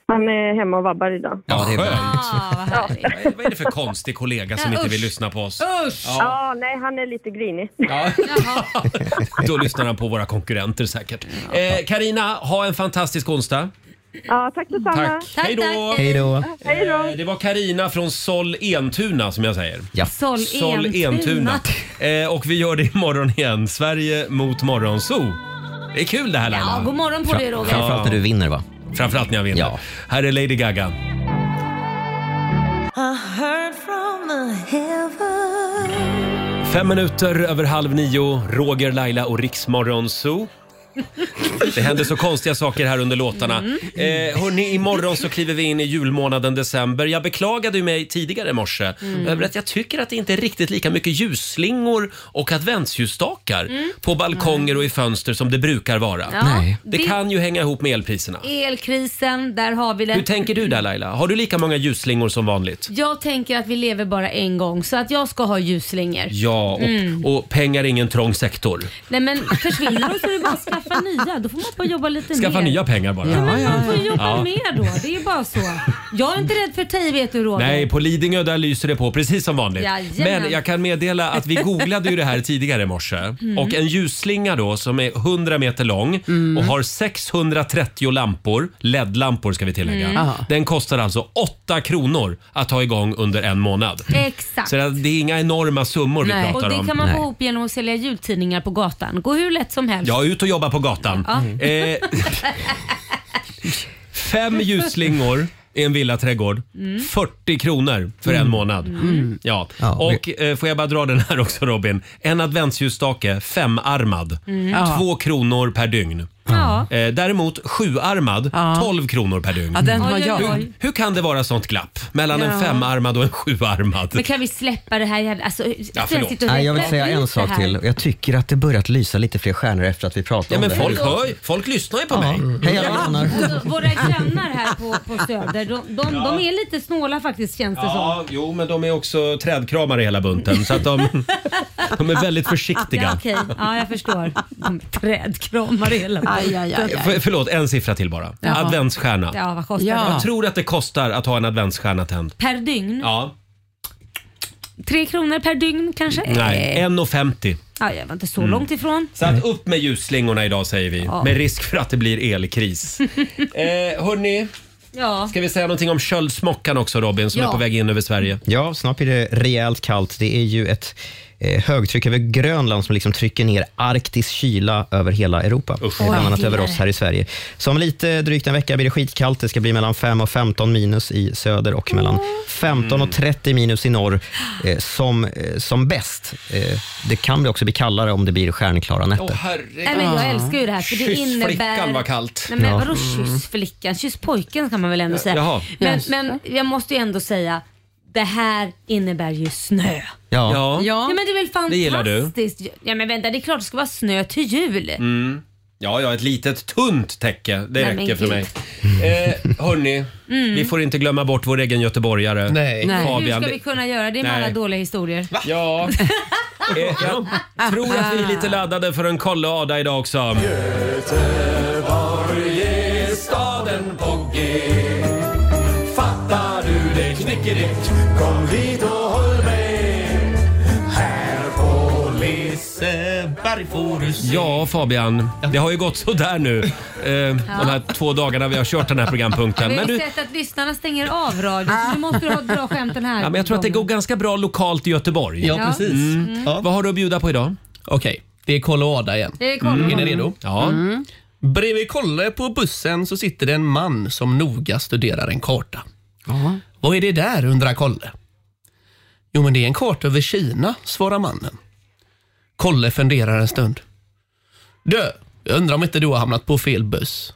han är hemma och vabbar idag.
Ja, det är
Ah,
Ja.
Vad är det för konstig kollega som
Ja,
inte vill
usch.
lyssna på oss?
Usch! Ja.
Ja.
Ah, nej, han är lite grinig.
Ja. Då lyssnar han på våra konkurrenter säkert. Eh, Karina, ha en fantastisk onsdag.
Ja, tack detsamma.
Tack. Hej då!
Hej då.
Eh, Det var Karina från Sol Entuna som jag säger.
Ja.
Sol Entuna.
Entuna. Eh, och vi gör det imorgon igen. Sverige mot Morgonzoo. Det är kul det här Laila.
Ja, god morgon på dig Roger.
Framförallt när du vinner va?
Framförallt när jag vinner. Här är Lady Gaga.
I heard from the heaven.
Fem minuter över halv nio, Roger, Laila och Riksmorgon Zoo. Det händer så konstiga saker här under låtarna.
Mm.
Eh, hörni, imorgon så kliver vi in i julmånaden december. Jag beklagade ju mig tidigare i morse
Mm.
över att jag tycker att det inte är riktigt lika mycket ljusslingor och adventsljusstakar på balkonger och i fönster som det brukar vara.
Mm. Ja, Nej.
Det
det-
kan ju hänga ihop med elpriserna.
Elkrisen, där har vi den.
Hur tänker du där Laila? Har du lika många ljusslingor som vanligt?
Jag tänker att vi lever bara en gång så att jag ska ha ljusslingor.
Ja, och,
Mm.
och pengar är ingen trång sektor.
Nej men försvinner de så är det bara att skaffa nya. Då får man bara jobba lite mer.
Skaffa nya pengar bara.
Ja, men man får ju jobba
Ja.
mer då. Det är bara så. Jag är inte rädd för dig vet du Roger.
Nej, på Lidingö där lyser det på precis som vanligt.
Jajamän.
Men jag kan meddela att vi googlade ju det här tidigare i morse.
Mm.
Och en ljusslinga då som är 100 meter lång
Mm.
och har 630 lampor, LED-lampor ska vi tillägga.
Mm. Aha.
Den kostar alltså 8 kronor att ha igång under en månad.
Exakt.
Så det det är inga enorma summor vi
Nej.
pratar
Och det
om.
kan man få ihop genom att sälja jultidningar på gatan. Gå hur lätt som helst.
Ja, ut och jobba på gatan.
Ja.
Eh, fem ljusslingor i en villaträdgård.
Mm.
40 kronor för en månad.
Mm.
Ja. Och eh, får jag bara dra den här också Robin. En adventsljusstake, femarmad.
Mm. Ja.
Två kronor per dygn.
Ja.
Eh, däremot sjuarmad, 12 kronor per dygn.
Ja, den har Oj, oj, jag. oj.
Hur, hur kan det vara sånt glapp mellan en
Ja.
femarmad och en sjuarmad?
Men kan vi släppa det här? jävla- Alltså, ja,
Nej, jag vill säga en sak till. Jag tycker att det börjat lysa lite fler stjärnor efter att vi pratade
Ja,
om
men
det.
folk, hör, ju- folk lyssnar ju på mig.
Mm.
Hej alla grannar.
Alltså, Våra grannar här på, på Söder, de, de, de är lite snåla faktiskt känns det som.
Ja, jo, men de är också trädkramare hela bunten så att de, de är väldigt
Ja,
försiktiga.
okej. ja, jag förstår. De trädkramar hela
Aj, aj, aj,
F- förlåt, en siffra till bara.
Jaha.
Adventsstjärna.
Ja, vad kostar
Jag
det?
tror att det kostar att ha en adventsstjärna tänd.
Per dygn?
Ja.
Tre kronor per dygn kanske?
Nej, 1,50.
Ja, jag var inte så
Mm.
långt ifrån.
Så att upp med ljusslingorna idag säger vi.
Ja.
Med risk för att det blir elkris. eh, hörni,
Ja.
ska vi säga någonting om köldsmockan också Robin som
Ja.
är på väg in över Sverige?
Ja, snart blir det rejält kallt. Det är ju ett eh, högtryck över Grönland som liksom trycker ner arktisk kyla över hela Europa. Eh, Bland annat
Oj.
över oss här i Sverige. Så om lite drygt en vecka blir det skitkallt. Det ska bli mellan 5 och 15 minus i söder och mellan 15 och 30 minus i norr eh, som, eh, som bäst. Eh, det kan bli också bli kallare om det blir stjärnklara nätter.
Nej, men jag älskar ju det här för det
Kyss
innebär...
flickan var kallt.
Nej, men
Ja.
vadå kyss flickan? Kyss pojken kan man väl ändå
Ja,
säga.
jaha.
Men,
Just
men jag måste ju ändå säga, det här innebär ju snö.
Ja.
Ja, men det är väl
Det gillar du.
fantastiskt? Ja men vänta, det är klart det ska vara snö till jul.
Mm. Ja, ja, ett litet tunt täcke. Det
Nej, men
räcker för
gud.
mig. Eh, hörni,
Mm.
vi får inte glömma bort vår egen göteborgare.
Nej.
Hur
Fabian.
ska vi kunna göra det med
Nej.
alla dåliga historier?
Ja. Eh, jag tror att vi är lite laddade för en kolla Ada idag också.
Göteborg är staden på G Fattar du det knickedick? Kom hit och håll med Här på Liseberg får du se
Ja, Fabian. Det har ju gått så där nu eh, de här två dagarna vi har kört den här programpunkten.
vi har
Men
ju
du,
sett att lyssnarna stänger av radion så nu måste du ha ett bra skämt den här
ja, men jag tror att det
gången.
går ganska bra lokalt i Göteborg.
Ja, Ja. precis. Mm.
Vad har du att bjuda på idag?
Okej, det är Colorado igen.
Det är Colorado.
Är ni redo?
Oh.
Ja. Mm.
Bredvid Kolle på bussen så sitter det en man som noga studerar en karta. Vad är det där undrar Kolle. Jo men det är en karta över Kina, svarar mannen. Kolle funderar en stund. Du, jag undrar om inte du har hamnat på fel buss.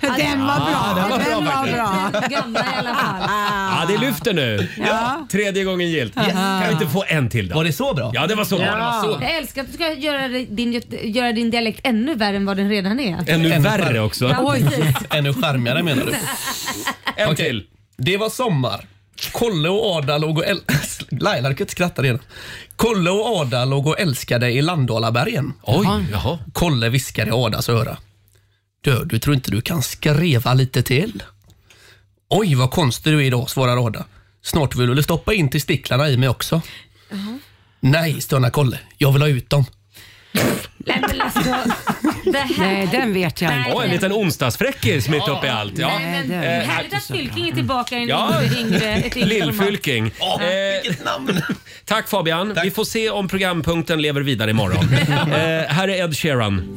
Den var bra.
Ja, den var bra
den var
faktiskt.
bra.
Gamla i alla fall.
Ja, Ah, det lyfter nu.
Ja.
Tredje gången gillt.
Yes.
Kan vi inte få en till då? Var
det så bra?
Ja, det var så bra. Det var så bra.
Jag älskar att du ska göra din, göra din dialekt ännu värre än vad den redan är.
Ännu värre
charm-
också.
Ja, precis.
Ännu charmigare menar du?
En
till. Det var sommar. Kolle och Ada låg och äl- Laila, du kan inte skratta redan. Kolle och Ada låg och älskade i Landalabergen.
Oj, jaha.
Kolle viskade i Adas öra. Du, du tror inte du kan skreva lite till? Oj, vad konstig du är idag, svarar Ada. Snart vill du stoppa in testiklarna i mig också. Nej, stönar Kolle. Jag vill ha ut dem.
Nej, men alltså, det här...
Nej, den vet jag
Åh, en liten onsdagsfräckis mitt uppe i allt. Ja.
Nej, men,
Eh,
härligt att Fylking är tillbaka i en
Ja,
yngre, ett yngre format.
Lillfylking. Eh, Tack Fabian. Vi får se om programpunkten lever vidare imorgon. eh, här är Ed Sheeran.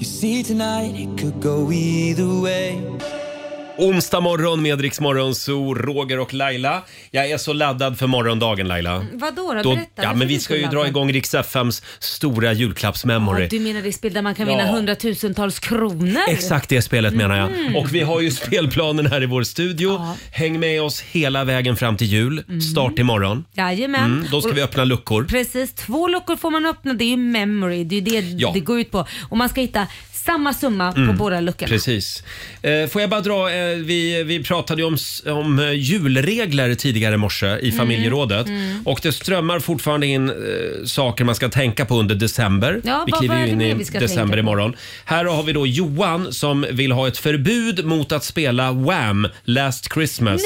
Onsdag morgon med Rix Morgon, Zoo, Roger och Laila. Jag är så laddad för morgondagen Laila.
Vadå då?
Då,
Berätta.
ja,
varför
men
är
vi
du
ska
så
ju
laddad?
dra igång Rix FMs stora julklappsmemory.
Ja, Du menar det spel där man kan vinna
Ja.
hundratusentals kronor?
Exakt det spelet menar jag.
Mm.
Och vi har ju spelplanen här i vår studio. Häng med oss hela vägen fram till jul.
Mm.
Start imorgon.
Jajamän.
Mm, då ska
Och-
vi öppna luckor.
Precis, två luckor får man öppna. Det är ju memory, det är ju det
Ja.
det går ut på. Och man ska hitta samma summa
Mm,
på båda luckorna.
Precis. Eh, får jag bara dra, eh, vi, vi pratade ju om, s- om eh, julregler tidigare i morse i familjerådet.
mm.
Och det strömmar fortfarande in eh, saker man ska tänka på under december.
Ja,
vi
vad-
kliver
vad är
ju
det
in i
mer vi ska
december
tänka på?
imorgon. Här har vi då Johan som vill ha ett förbud mot att spela Wham! Last Christmas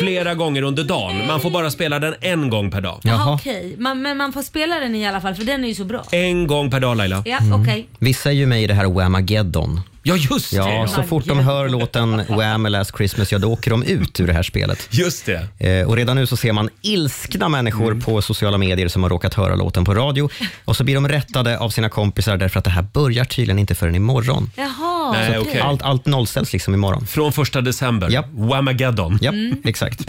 flera gånger under dagen. Man får bara spela den en gång per dag.
Jaha, okej. Man, men man får spela den i alla fall för den är ju så bra.
En gång per dag Laila.
Ja, okej.
Vissa är ju med i det här Whamageddon.
Ja, just
det.
Ja, så fort de hör låten Wham! Last Christmas, ja då åker de ut ur det här spelet.
Just
det. Eh, Och redan nu så ser man ilskna människor på sociala medier som har råkat höra låten på radio. Och så blir de rättade av sina kompisar därför att det här börjar tydligen inte förrän imorgon.
Jaha,
så att
okej.
allt, allt nollställs liksom imorgon.
Från första december. Ja. Whamageddon.
Ja,
Mm.
exakt.